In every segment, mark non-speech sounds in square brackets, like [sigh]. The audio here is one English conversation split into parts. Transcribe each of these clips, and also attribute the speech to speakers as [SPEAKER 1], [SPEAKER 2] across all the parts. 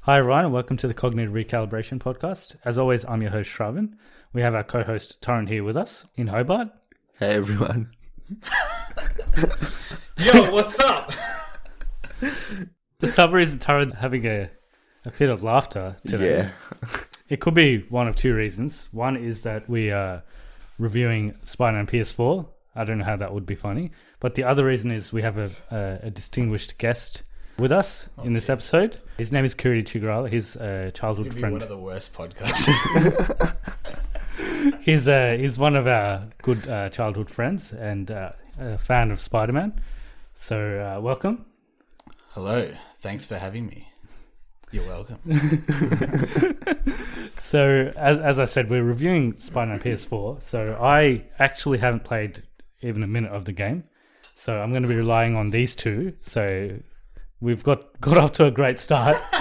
[SPEAKER 1] Hi, everyone, and welcome to the Cognitive Recalibration Podcast. As always, I'm your host, Shravan. We have our co host, Taryn, here with us in Hobart.
[SPEAKER 2] Hey everyone.
[SPEAKER 3] Yo, what's up?
[SPEAKER 1] The summary is that Taryn's having a, a fit of laughter today.
[SPEAKER 2] Yeah.
[SPEAKER 1] [laughs] It could be one of two reasons. One is that we are reviewing Spider Man PS4. I don't know how that would be funny. But the other reason is we have a, a, a distinguished guest with us
[SPEAKER 3] Oh,
[SPEAKER 1] in this episode. His name is Kuri Chigral. He's a childhood
[SPEAKER 3] Be
[SPEAKER 1] friend.
[SPEAKER 3] one of the worst podcasts. [laughs]
[SPEAKER 1] He's uh, he's one of our good uh, childhood friends and uh, a fan of Spider Man. So uh, welcome.
[SPEAKER 3] Hello, thanks for having me. You're welcome.
[SPEAKER 1] So as as I said, we're reviewing Spider Man PS4. So I actually haven't played even a minute of the game. So I'm going to be relying on these two. So we've got got off to a great start [laughs]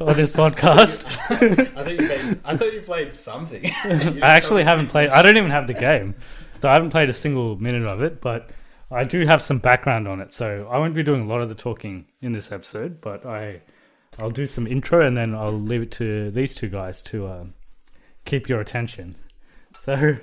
[SPEAKER 1] on this podcast.
[SPEAKER 3] [laughs] I thought you played, I thought you played something. [laughs]
[SPEAKER 1] I actually haven't played. I don't even have the game, so I haven't played a single minute of it. But I do have some background on it, so I won't be doing a lot of the talking in this episode. But I, I'll do some intro and then I'll leave it to these two guys to um, keep your attention. [laughs] So,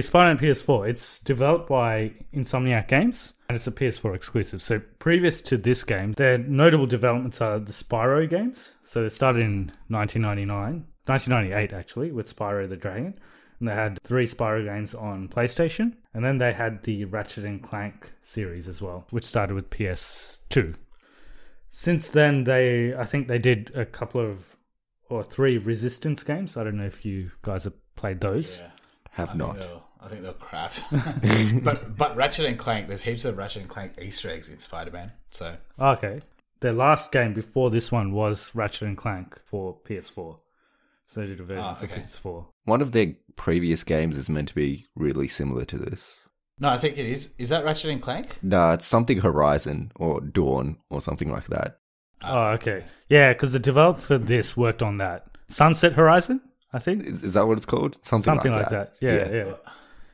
[SPEAKER 1] Spider-Man PS4. It's developed by Insomniac Games and it's a PS4 exclusive. So, previous to this game, their notable developments are the Spyro games. So, they started in 1999, 1998 actually, with Spyro the Dragon. And they had three Spyro games on PlayStation. And then they had the Ratchet and Clank series as well, which started with PS2. Since then, they I think they did a couple of or three Resistance games. I don't know if you guys have played those.
[SPEAKER 2] Have
[SPEAKER 3] I
[SPEAKER 2] not.
[SPEAKER 3] think they're- I think they're crap. [laughs] but but Ratchet and Clank, there's heaps of Ratchet and Clank Easter eggs in Spider Man. So
[SPEAKER 1] Okay. Their last game before this one was Ratchet and Clank for PS4. So they did a version
[SPEAKER 3] Ah,
[SPEAKER 1] for
[SPEAKER 3] okay.
[SPEAKER 1] PS4.
[SPEAKER 2] One of their previous games is meant to be really similar to this.
[SPEAKER 3] no, I think it is. Is that Ratchet and Clank?
[SPEAKER 2] No, it's something Horizon or Dawn or something like that.
[SPEAKER 1] Oh, okay. Yeah, because the developer for this worked on that. Sunset Horizon, I think?
[SPEAKER 2] Is, is that what it's called? Something,
[SPEAKER 1] Something like that. Yeah, yeah,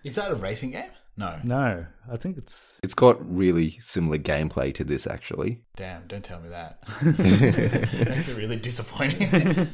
[SPEAKER 3] Is that a racing game? No.
[SPEAKER 1] No, I think it's.
[SPEAKER 2] It's got really similar gameplay to this, actually.
[SPEAKER 3] Damn! Don't tell
[SPEAKER 2] [laughs]
[SPEAKER 3] me that. [laughs] it makes it really disappointing.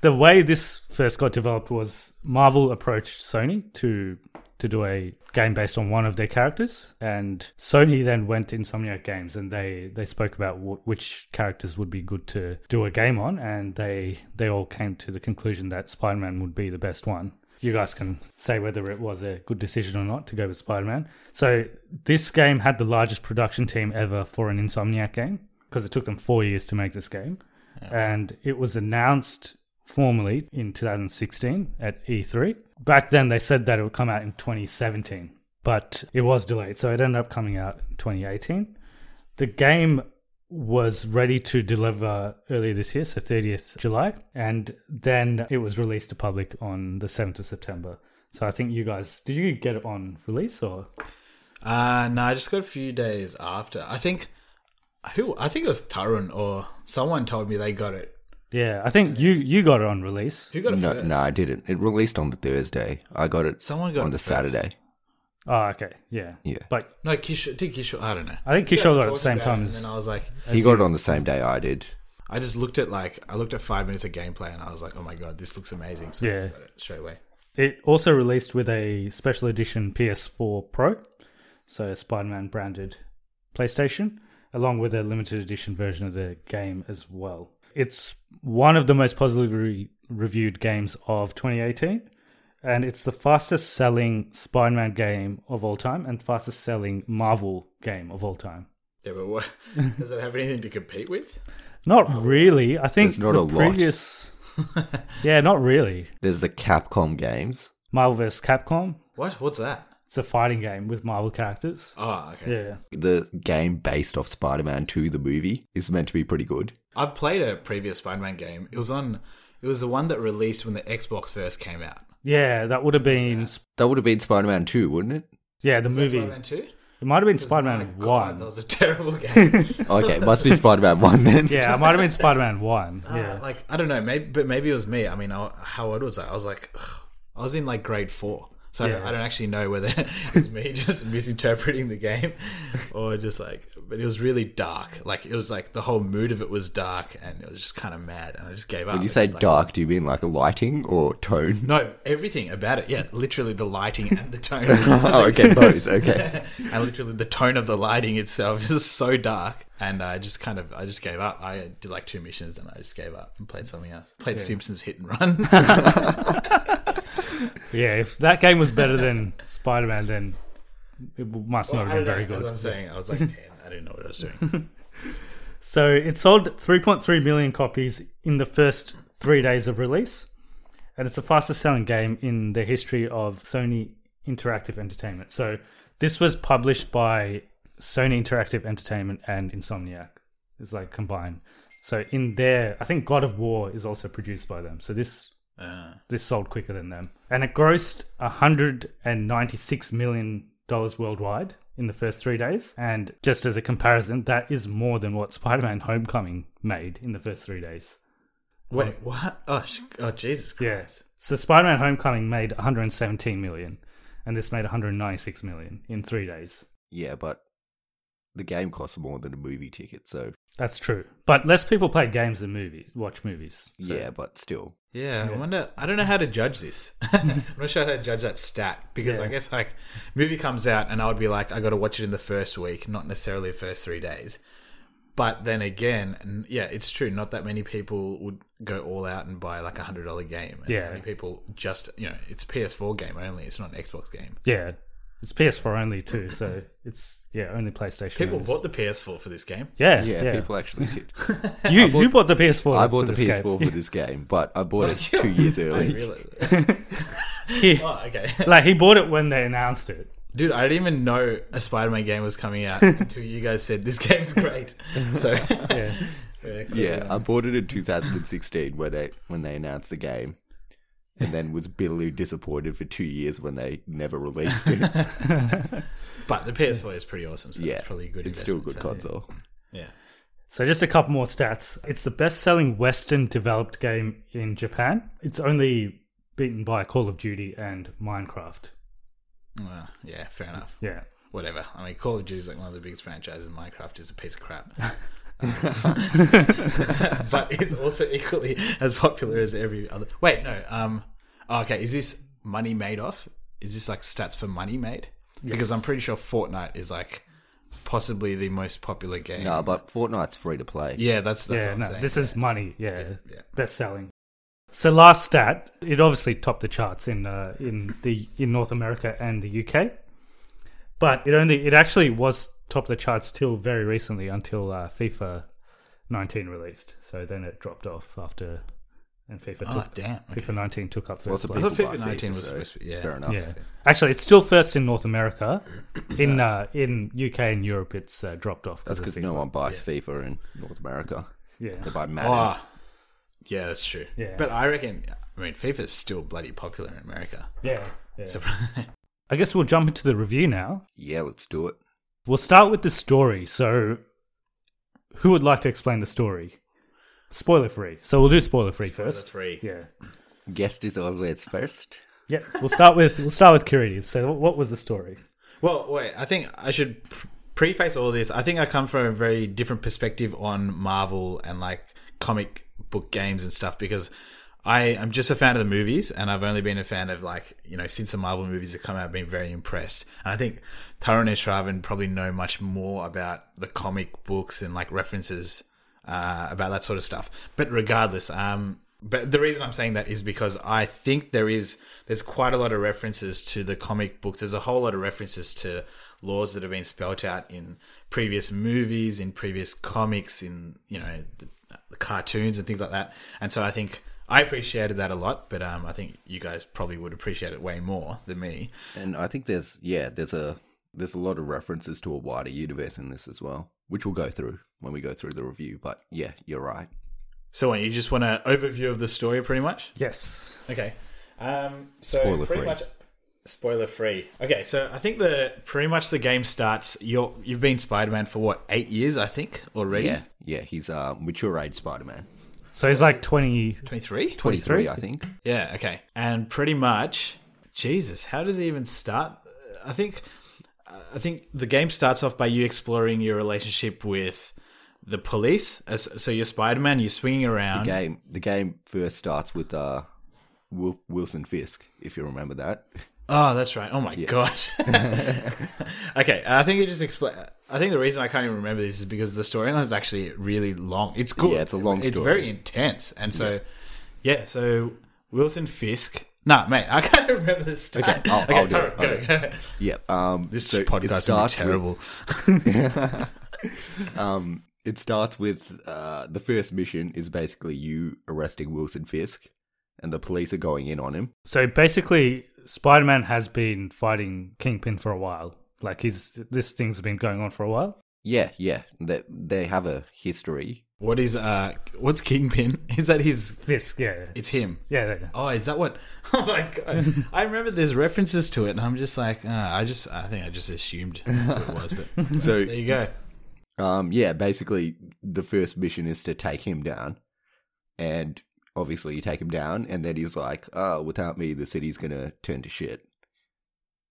[SPEAKER 1] The way this first got developed was Marvel approached Sony to to do a game based on one of their characters and Sony then went to Insomniac Games and they they spoke about wh- which characters would be good to do a game on and they they all came to the conclusion that Spider-Man would be the best one. You guys can say whether it was a good decision or not to go with Spider-Man. So this game had the largest production team ever for an Insomniac game because it took them 4 years to make this game and it was announced formally in 2016 at E3. Back then, they said that it would come out in 2017, but it was delayed, so it ended up coming out in 2018. The game was ready to deliver earlier this year, so 30th July, and then it was released to public on the 7th of September. So I think you guys did you get it on release or
[SPEAKER 3] Uh no, I just got a few days after. I think who I think it was Tarun or someone told me they got it.
[SPEAKER 1] Yeah, I think you you got it on release.
[SPEAKER 3] Who got it
[SPEAKER 2] No,
[SPEAKER 3] first?
[SPEAKER 2] no, I didn't. It released on the Thursday. I got it
[SPEAKER 3] Someone got
[SPEAKER 2] on
[SPEAKER 3] it
[SPEAKER 2] the
[SPEAKER 3] first.
[SPEAKER 2] Saturday.
[SPEAKER 1] Oh, okay, yeah,
[SPEAKER 2] Yeah.
[SPEAKER 1] But
[SPEAKER 3] No, Kishore. Did Kishore? I don't know.
[SPEAKER 1] I think
[SPEAKER 3] You guys
[SPEAKER 1] Kishore
[SPEAKER 3] were
[SPEAKER 1] got it at the
[SPEAKER 3] talking
[SPEAKER 1] same
[SPEAKER 3] about
[SPEAKER 1] time
[SPEAKER 3] and
[SPEAKER 1] as-
[SPEAKER 3] then I was like,
[SPEAKER 2] He got it on the same day I did.
[SPEAKER 3] I just looked at like I looked at five minutes of gameplay and I was like, oh my god, this looks amazing. So I
[SPEAKER 1] Yeah.
[SPEAKER 3] just got it straight away.
[SPEAKER 1] It also released with a special edition PS4 Pro, so Spider Man branded PlayStation, along with a limited edition version of the game as well. It's one of the most positively reviewed games of 2018, and it's the fastest selling Spider Man game of all time and fastest selling Marvel game of all time.
[SPEAKER 3] Yeah, but what [laughs] does it have anything to compete with?
[SPEAKER 1] Not really. I
[SPEAKER 2] Oh,
[SPEAKER 1] think
[SPEAKER 2] There's not
[SPEAKER 1] the
[SPEAKER 2] a lot. [laughs]
[SPEAKER 1] previous. yeah, not really.
[SPEAKER 2] There's the Capcom games.
[SPEAKER 1] Marvel vs. Capcom.
[SPEAKER 3] What? What's that?
[SPEAKER 1] It's a fighting game with Marvel characters.
[SPEAKER 3] Oh, okay.
[SPEAKER 1] Yeah.
[SPEAKER 2] The game based off Spider Man 2, the movie, is meant to be pretty good.
[SPEAKER 3] I've played a previous Spider-Man game. It was on. It was the one that released when the Xbox first came out.
[SPEAKER 1] Yeah, that would have been.
[SPEAKER 2] That would have been Spider Man 2, wouldn't it?
[SPEAKER 1] Yeah, the
[SPEAKER 3] Was that
[SPEAKER 1] movie.
[SPEAKER 3] Spider-Man oh Two.
[SPEAKER 1] It might have been Spider Man
[SPEAKER 3] That
[SPEAKER 1] 1.
[SPEAKER 3] was a [laughs] terrible game.
[SPEAKER 2] Okay, it must
[SPEAKER 3] [laughs]
[SPEAKER 2] be Spider Man 1 then.
[SPEAKER 1] [laughs] Yeah, it might have been Spider Man 1.
[SPEAKER 3] yeah.
[SPEAKER 1] Yeah.
[SPEAKER 3] Uh, Like I don't know. Maybe, but maybe it was me. I mean, I, how old was I? I was like, ugh, I was in like grade four. So I don't-
[SPEAKER 1] Yeah.
[SPEAKER 3] I don't actually know whether [laughs] it was me just misinterpreting the game [laughs] or just like, but it was really dark. Like it was like the whole mood of it was dark and it was just kind of mad. And I just gave up.
[SPEAKER 2] When you say
[SPEAKER 3] Like,
[SPEAKER 2] dark, do you mean like lighting or [laughs] tone?
[SPEAKER 3] No, everything about it. Yeah, literally the lighting and the
[SPEAKER 2] [laughs]
[SPEAKER 3] tone. [laughs]
[SPEAKER 2] oh, okay, both. Okay.
[SPEAKER 3] and literally the tone of the lighting itself is [laughs] so dark and i just kind of i just gave up i did like two missions and i just gave up and played something else played simpsons hit and run [laughs]
[SPEAKER 1] Yeah, if that game was better than Spider Man, then it w- must not have been very
[SPEAKER 3] as
[SPEAKER 1] good.
[SPEAKER 3] i'm saying i
[SPEAKER 1] [laughs]
[SPEAKER 3] was like 10 i didn't know what i was doing
[SPEAKER 1] So it sold 3.3 million copies in the first three days of release, and it's the fastest selling game in the history of Sony Interactive Entertainment. So this was published by Sony Interactive Entertainment and Insomniac. It's like combined. So in there, I think God of War is also produced by them. So this this sold quicker than them, and it grossed 196 million dollars worldwide in the first three days. And just as a comparison, that is more than what Spider-Man: Homecoming made in the first three days.
[SPEAKER 3] wait what oh, sh- oh jesus christ
[SPEAKER 1] Yes. So Spider-Man: Homecoming made 117 million, and this made 196 million in three days.
[SPEAKER 2] yeah, but the game costs more than a movie ticket, so
[SPEAKER 1] That's true, but less people play games than movies, watch movies. So-
[SPEAKER 2] yeah, but still.
[SPEAKER 3] yeah, I wonder. I don't know how to judge this. [laughs] I'm not sure how to judge that stat because I
[SPEAKER 1] Yeah.
[SPEAKER 3] guess like movie comes out and I would be like, I got to watch it in the first week, not necessarily the first three days. But then again, n- yeah, it's true. Not that many people would go all out and buy like a hundred dollar game. And
[SPEAKER 1] Yeah.
[SPEAKER 3] many people just you know it's PS4 game only. It's not an Xbox game.
[SPEAKER 1] Yeah. It's PS4 only too, so it's yeah only PlayStation.
[SPEAKER 3] People
[SPEAKER 1] owners.
[SPEAKER 3] bought the PS4 for this game.
[SPEAKER 1] Yeah,
[SPEAKER 2] Yeah,
[SPEAKER 1] yeah.
[SPEAKER 3] [laughs]
[SPEAKER 2] people actually did.
[SPEAKER 1] you you bought the PS4.
[SPEAKER 2] I bought
[SPEAKER 1] for
[SPEAKER 2] the
[SPEAKER 1] this game.
[SPEAKER 2] PS4 for this game, but I bought
[SPEAKER 3] [laughs]
[SPEAKER 2] it two years
[SPEAKER 1] [laughs]
[SPEAKER 3] I
[SPEAKER 2] early.
[SPEAKER 3] realize.
[SPEAKER 1] He- [laughs]
[SPEAKER 3] oh, [laughs] okay.
[SPEAKER 1] like he bought it when they announced it.
[SPEAKER 3] Dude, I didn't even know a Spider-Man game was coming
[SPEAKER 2] [laughs]
[SPEAKER 3] out until you guys said this game's great. So
[SPEAKER 1] Yeah.
[SPEAKER 2] Yeah, I bought it in 2016 when they when they announced the game, and then was bitterly disappointed for two years when they never released
[SPEAKER 3] [laughs]
[SPEAKER 2] it.
[SPEAKER 3] But the PS4 is pretty awesome, so
[SPEAKER 2] yeah,
[SPEAKER 3] it's probably a good.
[SPEAKER 2] It's still a
[SPEAKER 3] investment,
[SPEAKER 2] good
[SPEAKER 3] so-
[SPEAKER 2] console.
[SPEAKER 3] Yeah.
[SPEAKER 1] So just a couple more stats. It's the best-selling Western developed game in Japan. It's only beaten by Call of Duty and Minecraft.
[SPEAKER 3] Well, yeah, fair enough.
[SPEAKER 1] Yeah.
[SPEAKER 3] Whatever. I mean, Call of Duty is like one of the biggest franchises. and Minecraft is a piece of crap,
[SPEAKER 2] [laughs]
[SPEAKER 3] but it's also equally as popular as every other. Wait, no. Um. oh, okay, is this money made off? Is this like stats for money made? Because I'm pretty sure Fortnite is like possibly the most popular game.
[SPEAKER 2] No, but Fortnite's free to play.
[SPEAKER 3] yeah, that's that's
[SPEAKER 1] yeah,
[SPEAKER 3] what I'm
[SPEAKER 1] no,
[SPEAKER 3] saying.
[SPEAKER 1] this is money. Yeah,
[SPEAKER 3] yeah.
[SPEAKER 1] best selling. So last stat, it obviously topped the charts in uh, in the in North America and the UK, but it only it actually was top of the charts till very recently until uh, FIFA 19 released. So then it dropped off after, and FIFA
[SPEAKER 3] Oh,
[SPEAKER 1] took,
[SPEAKER 3] damn, okay.
[SPEAKER 1] FIFA 19 took
[SPEAKER 2] Lots
[SPEAKER 1] up first
[SPEAKER 2] of
[SPEAKER 1] place.
[SPEAKER 3] I
[SPEAKER 2] people
[SPEAKER 3] thought
[SPEAKER 2] buy
[SPEAKER 3] FIFA 19
[SPEAKER 2] FIFA,
[SPEAKER 3] was
[SPEAKER 2] so
[SPEAKER 3] supposed to be- yeah.
[SPEAKER 2] fair enough.
[SPEAKER 1] Yeah, actually, it's still first in North
[SPEAKER 3] [coughs]
[SPEAKER 1] America. In uh, in UK and Europe, it's uh, dropped off.
[SPEAKER 2] That's
[SPEAKER 1] of
[SPEAKER 2] because
[SPEAKER 1] FIFA.
[SPEAKER 2] no one buys FIFA in North America.
[SPEAKER 1] Yeah.
[SPEAKER 2] They buy Madden.
[SPEAKER 3] Oh, yeah, that's true.
[SPEAKER 1] Yeah.
[SPEAKER 3] But I reckon, I mean, FIFA is still bloody popular in America.
[SPEAKER 1] Yeah, yeah.
[SPEAKER 3] So- [laughs]
[SPEAKER 1] I guess we'll jump into the review now.
[SPEAKER 2] Yeah, let's do it.
[SPEAKER 1] We'll start with the story. So, who would like to explain the story? Spoiler free. So we'll do spoiler free
[SPEAKER 3] Spoiler
[SPEAKER 1] first.
[SPEAKER 3] free.
[SPEAKER 1] Yeah.
[SPEAKER 2] Guest is always first.
[SPEAKER 1] Yeah. We'll start with we'll start with Kiriti. So what was the story?
[SPEAKER 3] Well, wait. I think I should pr- preface all this. I think I come from a very different perspective on Marvel and like comic book games and stuff because I am just a fan of the movies and I've only been a fan of like you know since the Marvel movies have come out, I've been very impressed. And I think Tarun and Shravan probably know much more about the comic books and like references uh, about that sort of stuff. But regardless, um, but the reason I'm saying that is because I think there is there's quite a lot of references to the comic books. There's a whole lot of references to laws that have been spelt out in previous movies, in previous comics, in you know the, the cartoons and things like that. And so I think I appreciated that a lot, but um, I think you guys probably would appreciate it way more than me.
[SPEAKER 2] And I think there's yeah, there's a there's a lot of references to a wider universe in this as well, which we'll go through when we go through the review. But yeah, you're right.
[SPEAKER 3] So, what, you just want an overview of the story, pretty much?
[SPEAKER 1] Yes.
[SPEAKER 3] Okay. Um, so
[SPEAKER 2] Spoiler
[SPEAKER 3] pretty
[SPEAKER 2] free.
[SPEAKER 3] much spoiler free. Okay, so I think the pretty much the game starts. You're you've been Spider Man for what eight years, I think already.
[SPEAKER 2] Yeah, yeah, he's uh, mature age Spider-Man,
[SPEAKER 1] So he's like twenty.
[SPEAKER 3] twenty three.
[SPEAKER 2] 23, I think.
[SPEAKER 3] Yeah. Okay. And pretty much, Jesus, how does it even start? I think, I think the game starts off by you exploring your relationship with the police. As so, you're Spider Man. You're swinging
[SPEAKER 2] The
[SPEAKER 3] around.
[SPEAKER 2] game the game first starts with uh, Wil- Wilson Fisk, if you remember that.
[SPEAKER 3] Oh, that's right. Oh my
[SPEAKER 2] [laughs]
[SPEAKER 3] god. [laughs] okay, I think it just explain. I think the reason I can't even remember this is because the storyline is actually really long. It's good.
[SPEAKER 2] Yeah, it's a long
[SPEAKER 3] It's
[SPEAKER 2] story.
[SPEAKER 3] very intense, and so yeah. so Wilson Fisk. Nah, mate, I can't [laughs] remember this. Start.
[SPEAKER 2] Okay, [laughs] I'll- I'll do
[SPEAKER 3] Tara,
[SPEAKER 2] it.
[SPEAKER 3] go,
[SPEAKER 2] Okay.
[SPEAKER 3] go.
[SPEAKER 2] Yeah. Um,
[SPEAKER 3] This
[SPEAKER 2] so it
[SPEAKER 3] podcast
[SPEAKER 2] starts
[SPEAKER 3] is
[SPEAKER 2] with-
[SPEAKER 3] terrible.
[SPEAKER 2] um, it starts with uh, the first mission is basically you arresting Wilson Fisk, and the police are going in on him.
[SPEAKER 1] So basically, Spider Man has been fighting Kingpin for a while. Like he's this thing's been going on for a while.
[SPEAKER 2] Yeah, yeah. They they have a history.
[SPEAKER 3] What is uh? What's Kingpin? [laughs] Is that his?
[SPEAKER 1] This, yeah,
[SPEAKER 3] It's him.
[SPEAKER 1] yeah, yeah.
[SPEAKER 3] Oh, is that what? [laughs] Oh my god! I remember there's references to it, and I'm just like, uh, I just, I think I just assumed what it was,
[SPEAKER 2] [laughs]
[SPEAKER 3] but
[SPEAKER 2] So
[SPEAKER 3] there you go.
[SPEAKER 2] um, yeah, basically the first mission is to take him down, and obviously you take him down, and then he's like, "Oh, without me, the city's gonna turn to shit."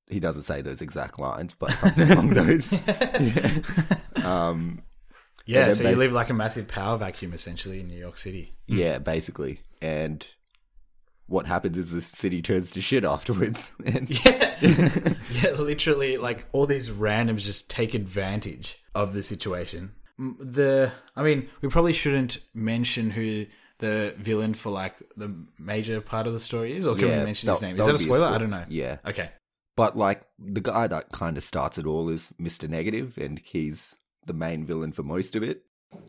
[SPEAKER 2] He doesn't say those exact lines, but something
[SPEAKER 3] [laughs]
[SPEAKER 2] along those. Yeah. Um,
[SPEAKER 3] Yeah,
[SPEAKER 2] they're
[SPEAKER 3] so you
[SPEAKER 2] based-
[SPEAKER 3] live like a massive power vacuum essentially in New
[SPEAKER 2] [laughs]
[SPEAKER 3] York City.
[SPEAKER 2] Yeah, basically. And what happens is the city turns to shit afterwards. [laughs] And
[SPEAKER 3] [laughs] Yeah, literally, like all these randoms just take advantage of the situation. M- The, I mean, we probably shouldn't mention who the villain for like the major part of the story is, or can
[SPEAKER 2] Yeah,
[SPEAKER 3] we mention
[SPEAKER 2] that-
[SPEAKER 3] his name?
[SPEAKER 2] that
[SPEAKER 3] Is that
[SPEAKER 2] would be
[SPEAKER 3] a
[SPEAKER 2] a
[SPEAKER 3] spoiler? I
[SPEAKER 2] spoil-
[SPEAKER 3] don't know.
[SPEAKER 2] yeah.
[SPEAKER 3] Okay.
[SPEAKER 2] but like the guy that kind of starts it all is Mr. Negative and he's the main villain for most of it.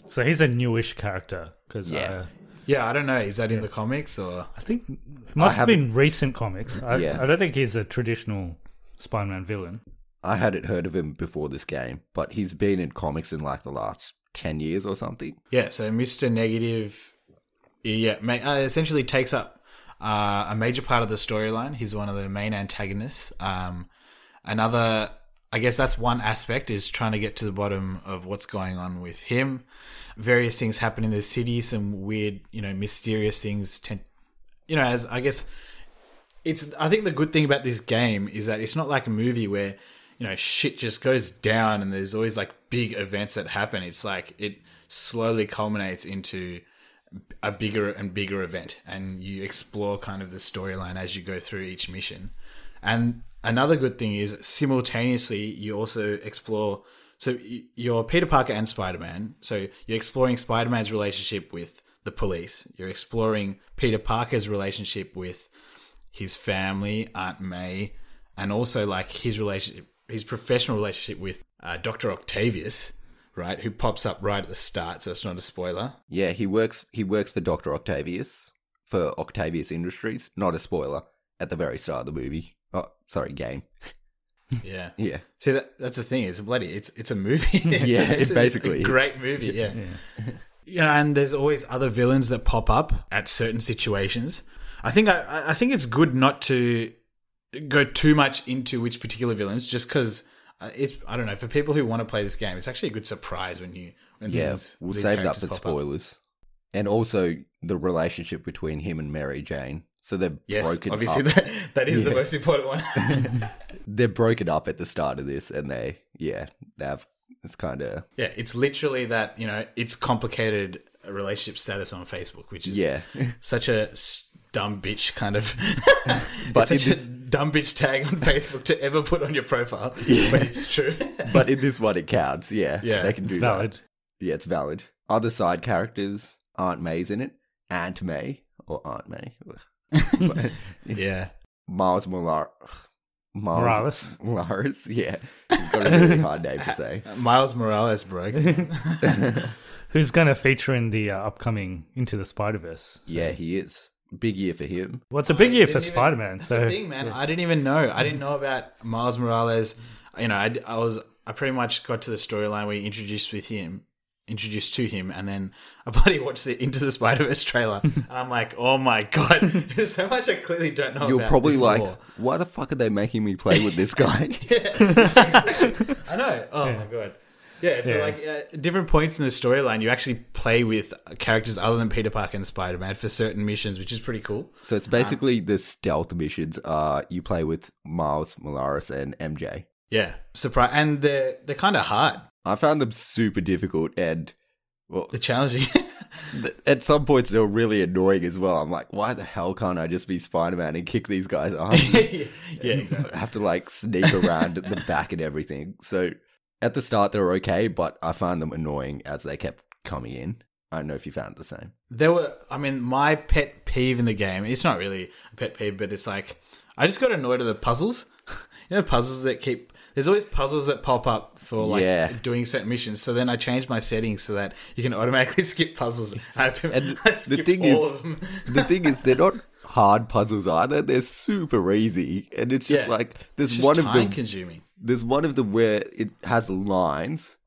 [SPEAKER 1] So he's a newish character because
[SPEAKER 2] Yeah.
[SPEAKER 1] uh,
[SPEAKER 3] Yeah, I don't know. Is that in the comics or?
[SPEAKER 1] I think it must have been recent comics. I,
[SPEAKER 2] Yeah.
[SPEAKER 1] I don't think he's a traditional Spider Man villain.
[SPEAKER 2] I hadn't heard of him before this game, but he's been in comics in like the last 10 years or something.
[SPEAKER 3] Yeah, so Mr. Negative, yeah, ma- uh, essentially takes up uh, a major part of the storyline. He's one of the main antagonists. Um, another, I guess that's one aspect, is trying to get to the bottom of what's going on with him. Various things happen in the city, some weird, you know, mysterious things. Ten- you know, as I guess it's I think the good thing about this game is that it's not like a movie where you know shit just goes down and there's always like big events that happen. It's like it slowly culminates into a bigger and bigger event, and you explore kind of the storyline as you go through each mission. And another good thing is simultaneously you also explore. So y- you're Peter Parker and Spider Man. So you're exploring Spider Man's relationship with the police. You're exploring Peter Parker's relationship with his family, Aunt May, and also like his relationship, his professional relationship with uh, Doctor Octavius, right? Who pops up right at the start, so it's not a spoiler. [laughs]
[SPEAKER 2] Yeah, he works he works for Dr. Octavius for Octavius Industries, not a spoiler, at the very start of the movie. Oh, sorry, game.
[SPEAKER 3] Yeah.
[SPEAKER 2] Yeah.
[SPEAKER 3] See that that's the thing. It's bloody. It's it's a movie. [laughs]
[SPEAKER 2] Yeah,
[SPEAKER 3] it's,
[SPEAKER 2] it's
[SPEAKER 3] a
[SPEAKER 2] basically-
[SPEAKER 3] great movie. Yeah. yeah. and there's always other villains that pop up at certain situations. I think I- I, I think it's good not to go too much into which particular villains, just because it's I don't know for people who want to play this game, it's actually a good surprise when you when
[SPEAKER 2] Yeah,
[SPEAKER 3] things,
[SPEAKER 2] we'll
[SPEAKER 3] these
[SPEAKER 2] save that
[SPEAKER 3] characters
[SPEAKER 2] for
[SPEAKER 3] pop up.
[SPEAKER 2] spoilers. And also the relationship between him and Mary Jane. So they're
[SPEAKER 3] Yes,
[SPEAKER 2] broken
[SPEAKER 3] obviously
[SPEAKER 2] up.
[SPEAKER 3] that that is the
[SPEAKER 2] Yeah.
[SPEAKER 3] most
[SPEAKER 2] [laughs]
[SPEAKER 3] important one.
[SPEAKER 2] They're broken up at the start of this, and they yeah they have it's kind of
[SPEAKER 3] yeah, it's literally that you know it's complicated relationship status on Facebook, which
[SPEAKER 1] [laughs]
[SPEAKER 3] is
[SPEAKER 2] yeah.
[SPEAKER 3] such a s- dumb bitch kind of
[SPEAKER 2] [laughs] But
[SPEAKER 3] but it's
[SPEAKER 2] in
[SPEAKER 3] [laughs] such
[SPEAKER 2] this-
[SPEAKER 3] a dumb bitch tag on facebook to ever put on
[SPEAKER 2] [laughs]
[SPEAKER 3] your profile but it's true
[SPEAKER 2] but in this one, it counts. Yeah,
[SPEAKER 3] Yeah,
[SPEAKER 2] they can
[SPEAKER 1] It's
[SPEAKER 2] do
[SPEAKER 1] valid.
[SPEAKER 2] That. Yeah, it's valid. Other side characters, Aunt May's in it. Aunt May or Aunt May. But-
[SPEAKER 3] yeah
[SPEAKER 2] Miles Molar. Miles
[SPEAKER 1] Morales.
[SPEAKER 2] Morales, [laughs] yeah. He's got a really hard name to
[SPEAKER 1] [laughs]
[SPEAKER 2] say.
[SPEAKER 3] miles morales broke
[SPEAKER 1] Who's going to feature in the uh, upcoming Into the Spider Verse?
[SPEAKER 2] Yeah, he is. Big year for him.
[SPEAKER 1] Well, it's a big year for
[SPEAKER 3] Didn't even-
[SPEAKER 1] Spider Man.
[SPEAKER 3] That's
[SPEAKER 1] So
[SPEAKER 3] the thing, man. I didn't even know. I didn't know about Miles Morales. You know, I, I was I pretty much got to the storyline where you introduced with him, introduced to him, and then I bloody watched the Into the Spider
[SPEAKER 2] [laughs]
[SPEAKER 3] Verse trailer, and I'm like, oh my god, [laughs] there's so much I clearly don't
[SPEAKER 1] Oh,
[SPEAKER 3] know.
[SPEAKER 2] You're
[SPEAKER 3] about
[SPEAKER 2] probably
[SPEAKER 3] this
[SPEAKER 2] like,
[SPEAKER 3] lore.
[SPEAKER 2] why the fuck are they making me play with this
[SPEAKER 1] [laughs]
[SPEAKER 2] guy?
[SPEAKER 3] I know. Oh my god. Yeah, so
[SPEAKER 1] Yeah.
[SPEAKER 3] like uh, different points in the storyline, you actually play with characters other than Peter Parker and Spider Man for certain missions, which is pretty cool.
[SPEAKER 2] so it's basically the stealth missions. Uh, you play with Miles Morales and MJ.
[SPEAKER 3] Yeah, surprise, and they're they're kind of hard,
[SPEAKER 2] I found them super difficult, and well,
[SPEAKER 3] they're challenging. [laughs]
[SPEAKER 2] th- at some points they were really annoying as well. I'm like, why the hell can't I just be Spider Man and kick these guys
[SPEAKER 3] [laughs]
[SPEAKER 2] off?
[SPEAKER 3] yeah, exactly.
[SPEAKER 2] have to like sneak around the back and everything. So at the start they were okay, but I found them annoying as they kept coming in. I don't know if you found the same.
[SPEAKER 3] There were, I mean, my pet peeve in the game, it's not really a pet peeve, but it's like, I just got annoyed at the puzzles. [laughs] you know, puzzles that keep, there's always puzzles that pop up for like
[SPEAKER 2] Yeah.
[SPEAKER 3] doing certain missions. So then I changed my settings so that you can automatically [laughs] skip puzzles. I,
[SPEAKER 2] And
[SPEAKER 3] [laughs] I
[SPEAKER 2] the
[SPEAKER 3] skipped
[SPEAKER 2] thing
[SPEAKER 3] all
[SPEAKER 2] is-
[SPEAKER 3] of them.
[SPEAKER 2] The thing is they're
[SPEAKER 3] [laughs]
[SPEAKER 2] not hard puzzles either. They're super easy. And it's just
[SPEAKER 3] Yeah.
[SPEAKER 2] like there's
[SPEAKER 3] It's just
[SPEAKER 2] one
[SPEAKER 3] time
[SPEAKER 2] of them
[SPEAKER 3] consuming.
[SPEAKER 2] there's one of them where it has lines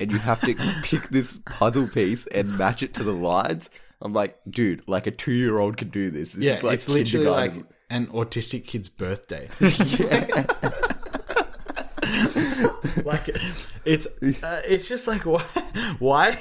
[SPEAKER 2] and you
[SPEAKER 3] [laughs]
[SPEAKER 2] have to pick this puzzle piece and match it to the lines. I'm like, dude, like a two year old can do this. this
[SPEAKER 3] Yeah,
[SPEAKER 2] is like
[SPEAKER 3] it's literally like
[SPEAKER 2] kindergarten.
[SPEAKER 3] an autistic
[SPEAKER 2] [laughs]
[SPEAKER 3] kid's birthday. like it's uh, it's just like [laughs] why why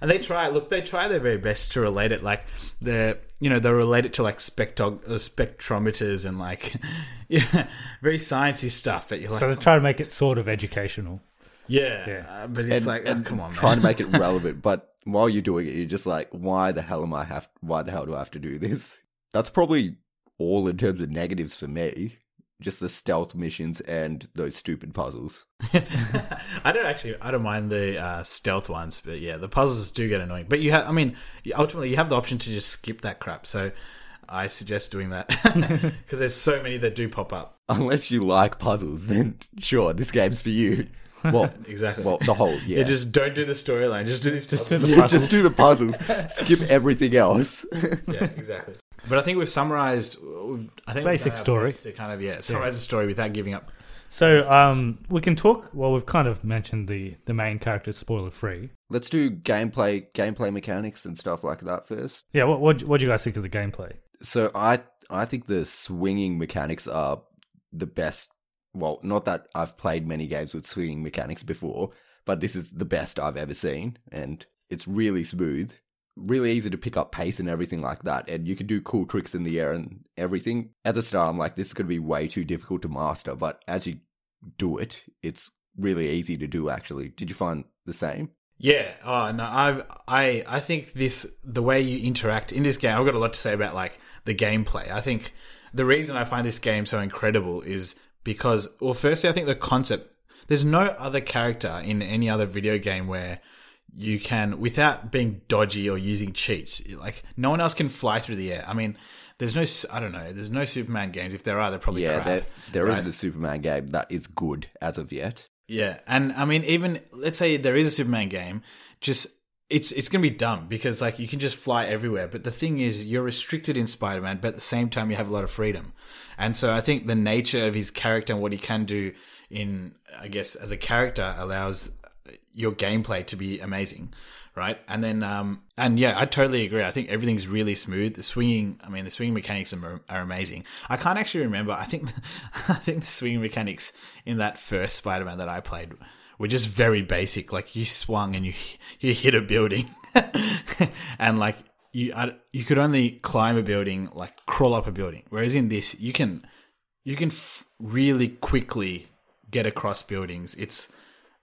[SPEAKER 3] and they try look they try their very best to relate it like they're you know they relate it to like spectog- uh, spectrometers and like [laughs] yeah very sciencey stuff but you're
[SPEAKER 1] [laughs]
[SPEAKER 3] like
[SPEAKER 1] so they're trying to make it sort of educational.
[SPEAKER 3] yeah,
[SPEAKER 1] Yeah.
[SPEAKER 3] Uh, but it's
[SPEAKER 2] and,
[SPEAKER 3] like oh,
[SPEAKER 2] and
[SPEAKER 3] come on
[SPEAKER 2] trying
[SPEAKER 3] man.
[SPEAKER 2] to
[SPEAKER 3] [laughs]
[SPEAKER 2] make it relevant. But while you're doing it, you're just like, why the hell am I have? Why the hell do I have to do this? That's probably all in terms of negatives for me. Just the stealth missions and those stupid puzzles. [laughs]
[SPEAKER 3] I don't actually. I don't mind the uh, stealth ones, but yeah, the puzzles do get annoying. But you have, I mean, you- ultimately you have the option to just skip that crap. So I suggest doing that [laughs] because there's so many that do pop up.
[SPEAKER 2] Unless you like puzzles, then sure, this game's for
[SPEAKER 3] [laughs]
[SPEAKER 2] you. Well,
[SPEAKER 3] Exactly.
[SPEAKER 2] Well, the whole yeah.
[SPEAKER 3] Yeah, just don't do the storyline. Just do these
[SPEAKER 1] Just do
[SPEAKER 3] puzzles.
[SPEAKER 1] the
[SPEAKER 2] Yeah,
[SPEAKER 1] puzzles.
[SPEAKER 2] just do the puzzles. Skip everything else.
[SPEAKER 3] yeah, exactly. But I think we've summarized. we've- I think we've
[SPEAKER 1] Basic
[SPEAKER 3] done our
[SPEAKER 1] story.
[SPEAKER 3] best To kind of yeah, summarize the story without giving up.
[SPEAKER 1] So um, we can talk. Well, we've kind of mentioned the the main characters spoiler free.
[SPEAKER 2] Let's do gameplay, gameplay mechanics and stuff like that first.
[SPEAKER 1] Yeah. What what what do you guys think of the gameplay?
[SPEAKER 2] So I I think the swinging mechanics are the best. Well, not that I've played many games with swinging mechanics before, but this is the best I've ever seen, and it's really smooth, really easy to pick up pace and everything like that. And you can do cool tricks in the air and everything. At the start, I'm like, this is going to be way too difficult to master, but as you do it, it's really easy to do. Actually, did you find the same?
[SPEAKER 3] Yeah. Oh no, I I I think this the way you interact in this game. I've got a lot to say about like the gameplay. I think the reason I find this game so incredible is because well, firstly, I think the concept. There's no other character in any other video game where you can without being dodgy or using cheats. Like no one else can fly through the air. I mean, there's no s- I don't know. There's no Superman games. If there are, they're probably
[SPEAKER 2] yeah,
[SPEAKER 3] crap.
[SPEAKER 2] there, there
[SPEAKER 3] right?
[SPEAKER 2] not a Superman game that is good as of yet.
[SPEAKER 3] Yeah, and I mean, even let's say there is a Superman game, just it's it's gonna be dumb because like you can just fly everywhere. But the thing is, you're restricted in Spider-Man, but at the same time, you have a lot of freedom. And so I think the nature of his character and what he can do in, I guess, as a character allows your gameplay to be amazing, right? And then, um, and yeah, I totally agree. I think everything's really smooth. The swinging, I mean, the swinging mechanics are, are amazing. I can't actually remember. I think, [laughs] I think the swinging mechanics in that first Spider-Man that I played were just very basic. Like you swung and you you hit a building, [laughs] and like you I, you could only climb a building, like crawl up a building. Whereas in this, you can you can f- really quickly get across buildings. It's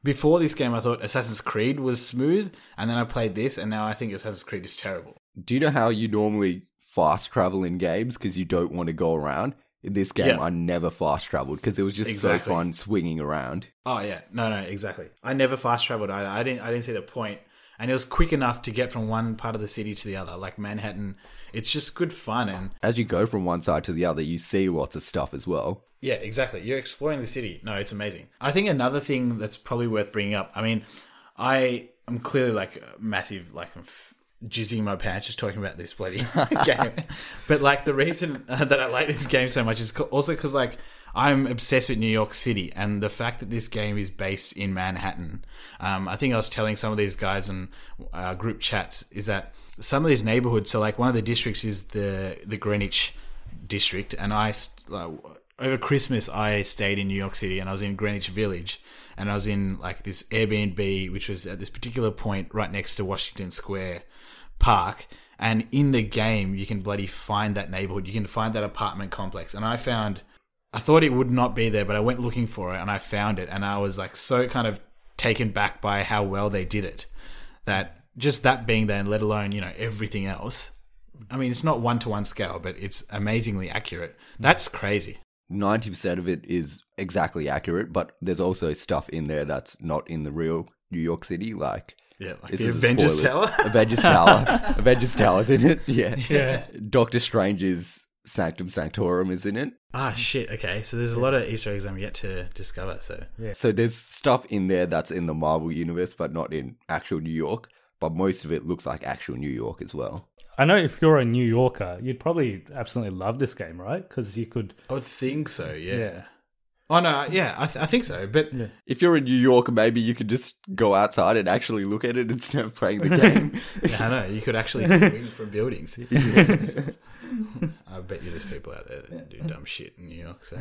[SPEAKER 3] before this game, I thought Assassin's Creed was smooth, and then I played this, and now I think Assassin's Creed is terrible.
[SPEAKER 2] Do you know how you normally fast travel in games because you don't want to go around? In this game,
[SPEAKER 3] Yeah.
[SPEAKER 2] I never fast traveled because it was just
[SPEAKER 3] Exactly.
[SPEAKER 2] so fun swinging around.
[SPEAKER 3] Oh yeah, no, no, exactly. I never fast traveled. either. I didn't. I didn't see the point. And it was quick enough to get from one part of the city to the other, like Manhattan. It's just good fun, and
[SPEAKER 2] As you go from one side to the other, you see lots of stuff as well.
[SPEAKER 3] Yeah, exactly. You're exploring the city. No, it's amazing. I think another thing that's probably worth bringing up. I mean, I am clearly like a massive like I'm f- jizzing my pants just talking about this bloody [laughs] game. But like the reason uh, that I like this game so much is co- also because like I'm obsessed with New York City and the fact that this game is based in Manhattan. Um, I think I was telling some of these guys in uh, group chats is that some of these neighborhoods. So like one of the districts is the the Greenwich district, and I st- like, over Christmas I stayed in New York City, and I was in Greenwich Village, and I was in like this Airbnb, which was at this particular point right next to Washington Square Park. And in the game, you can bloody find that neighborhood, you can find that apartment complex, and I found. I thought it would not be there, but I went looking for it and I found it, and I was like so kind of taken back by how well they did it. That just that being there, and let alone you know everything else, I mean, it's not one to one scale, but it's amazingly accurate. That's crazy.
[SPEAKER 2] 90% of it is exactly accurate, but there's also stuff in there that's not in the real New York City, like
[SPEAKER 3] Yeah, like
[SPEAKER 2] This
[SPEAKER 3] the
[SPEAKER 2] is a
[SPEAKER 3] Avengers
[SPEAKER 2] spoiler.
[SPEAKER 3] Tower. [laughs]
[SPEAKER 2] [laughs] Avengers Tower. Avengers Tower's in it. [laughs] Yeah.
[SPEAKER 1] Yeah.
[SPEAKER 2] Doctor Strange's Sanctum Sanctorum is in it.
[SPEAKER 3] ah, shit. Okay, so there's a lot of Easter eggs I'm yet to discover. So
[SPEAKER 2] So there's stuff in there that's in the Marvel universe, but not in actual New York. But most of it looks like actual New York as well.
[SPEAKER 1] I know if you're a New Yorker, you'd probably absolutely love this game, right? Because you could.
[SPEAKER 3] I would think so. Yeah.
[SPEAKER 1] Yeah.
[SPEAKER 3] Oh no, yeah, I, th- I think so. But
[SPEAKER 2] If you're in New York, maybe you could just go outside and actually look at it [laughs] instead of playing the game.
[SPEAKER 3] [laughs] yeah, I know you could actually swing from buildings. I bet you there's people out there that do dumb shit in New York. So.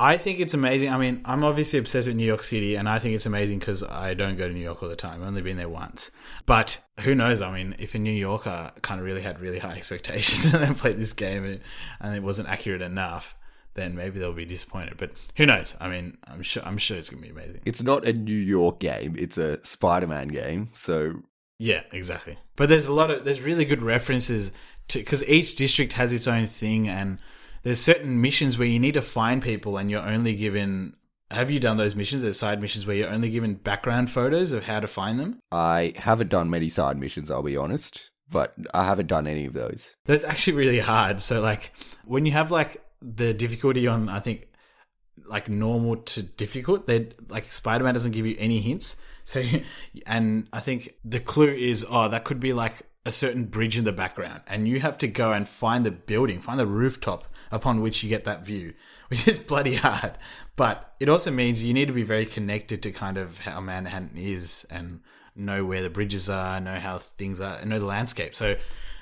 [SPEAKER 3] I think it's amazing. I mean, I'm obviously obsessed with New York City, and I think it's amazing because I don't go to New York all the time. I've only been there once. But who knows? I mean, if a New Yorker kind of really had really high [laughs] expectations and then played this game and it, and it wasn't accurate enough, then maybe they'll be disappointed. But who knows? I mean, I'm sure I'm sure it's gonna be amazing.
[SPEAKER 2] it's not a New York game, it's a Spider Man game. So
[SPEAKER 3] Yeah, exactly. But there's a lot of there's really good references to because each district has its own thing, and there's certain missions where you need to find people, and you're only given. Have you done those missions? There's side missions where you're only given background photos of how to find them.
[SPEAKER 2] I haven't done many side missions, I'll be honest, but I haven't done any of those.
[SPEAKER 3] That's actually really hard. So like when you have like the difficulty on, I think like normal to difficult, they like Spider Man doesn't give you any hints. [laughs] So and I think the clue is oh that could be like a certain bridge in the background, and you have to go and find the building, find the rooftop upon which you get that view, [laughs] which is bloody hard. But it also means you need to be very connected to kind of how Manhattan is and know where the bridges are, know how things are, know the landscape. So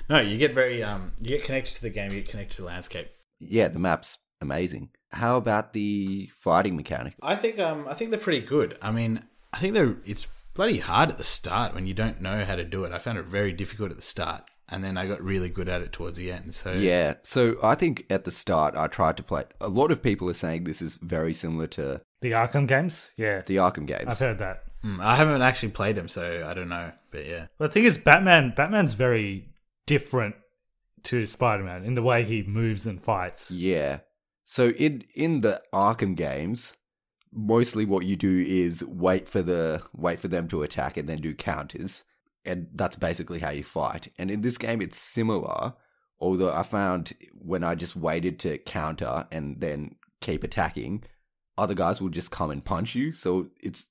[SPEAKER 3] no, you get very um, you get connected to the game, you get connected to the landscape.
[SPEAKER 2] Yeah, the map's amazing. How about the fighting mechanic?
[SPEAKER 3] I think um, I think they're pretty good. I mean, I think they're it's bloody hard at the start when you don't know how to do it. I found it very difficult at the start, and then I got really good at it towards the end. So
[SPEAKER 2] Yeah, so I think at the start I tried to play. A lot of people are saying this is very similar to
[SPEAKER 1] The Arkham games? Yeah.
[SPEAKER 2] the Arkham games.
[SPEAKER 1] I've heard that.
[SPEAKER 3] Mm, I haven't actually played them, so I don't know. But yeah,
[SPEAKER 1] Well, the thing is, Batman. Batman's very different to Spider-Man in the way he moves and fights.
[SPEAKER 2] Yeah. So in in the Arkham games, mostly what you do is wait for the wait for them to attack and then do counters, and that's basically how you fight. And in this game, it's similar. Although I found when I just waited to counter and then keep attacking, other guys will just come and punch you. So it's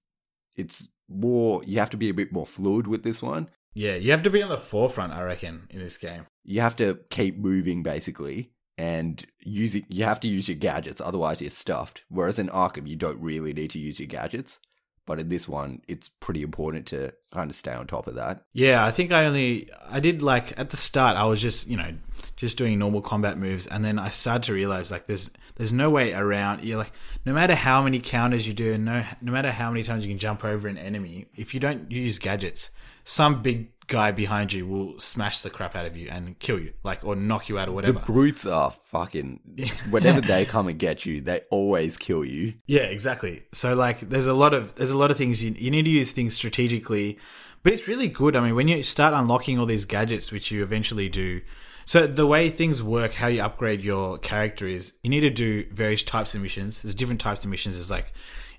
[SPEAKER 2] it's more you have to be a bit more fluid with this one.
[SPEAKER 3] yeah, you have to be on the forefront, I reckon, in this game.
[SPEAKER 2] you have to keep moving basically and using you have to use your gadgets otherwise you're stuffed whereas in arkham you don't really need to use your gadgets But in this one, it's pretty important to kind of stay on top of that.
[SPEAKER 3] Yeah, I think I only I did like at the start I was just, you know, just doing normal combat moves and then I started to realize like there's there's no way around. You're like no matter how many counters you do and no no matter how many times you can jump over an enemy, if you don't use gadgets, some big guy behind you will smash the crap out of you and kill you, like or knock you out or whatever.
[SPEAKER 2] The brutes are fucking.
[SPEAKER 3] [laughs]
[SPEAKER 2] Whenever they come and get you, they always kill you.
[SPEAKER 3] Yeah, exactly. So like there's a lot of there's a lot of things you you need to use things strategically, but it's really good. I mean, when you start unlocking all these gadgets which you eventually do. So the way things work, how you upgrade your character is you need to do various types of missions. There's different types of missions. There's like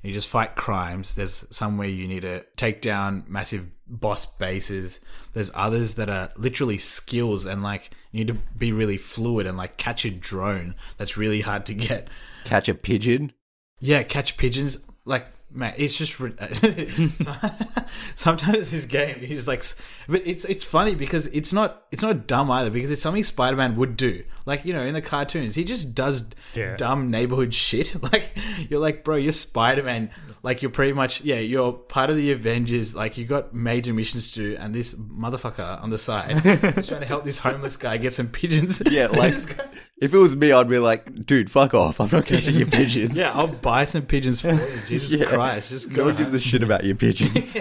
[SPEAKER 3] you just fight crimes. There's some where you need to take down massive boss bases. There's others that are literally skills and like you need to be really fluid and like catch a drone that's really hard to [laughs] get.
[SPEAKER 2] Catch a pigeon.
[SPEAKER 3] Yeah, catch pigeons. Like, man, it's just rid- [laughs] sometimes this game is like, but it's it's funny because it's not it's not dumb either because it's something Spider Man would do. Like you know in the cartoons, he just does
[SPEAKER 1] Yeah.
[SPEAKER 3] dumb neighborhood [laughs] shit. Like you're like, bro, you're Spider Man. Like you're pretty much yeah, you're part of the Avengers. Like you got major missions to do, and this motherfucker on the side is trying to help this homeless guy get some pigeons. [laughs]
[SPEAKER 2] Yeah, like
[SPEAKER 3] This guy-
[SPEAKER 2] if it was me, I'd be like, dude, fuck off. I'm not catching
[SPEAKER 3] [laughs]
[SPEAKER 2] your pigeons.
[SPEAKER 3] yeah, I'll buy some pigeons
[SPEAKER 2] [laughs]
[SPEAKER 3] for you. Jesus
[SPEAKER 2] Yeah.
[SPEAKER 3] Christ, just go.
[SPEAKER 2] no one gives a shit about your
[SPEAKER 3] [laughs]
[SPEAKER 2] pigeons.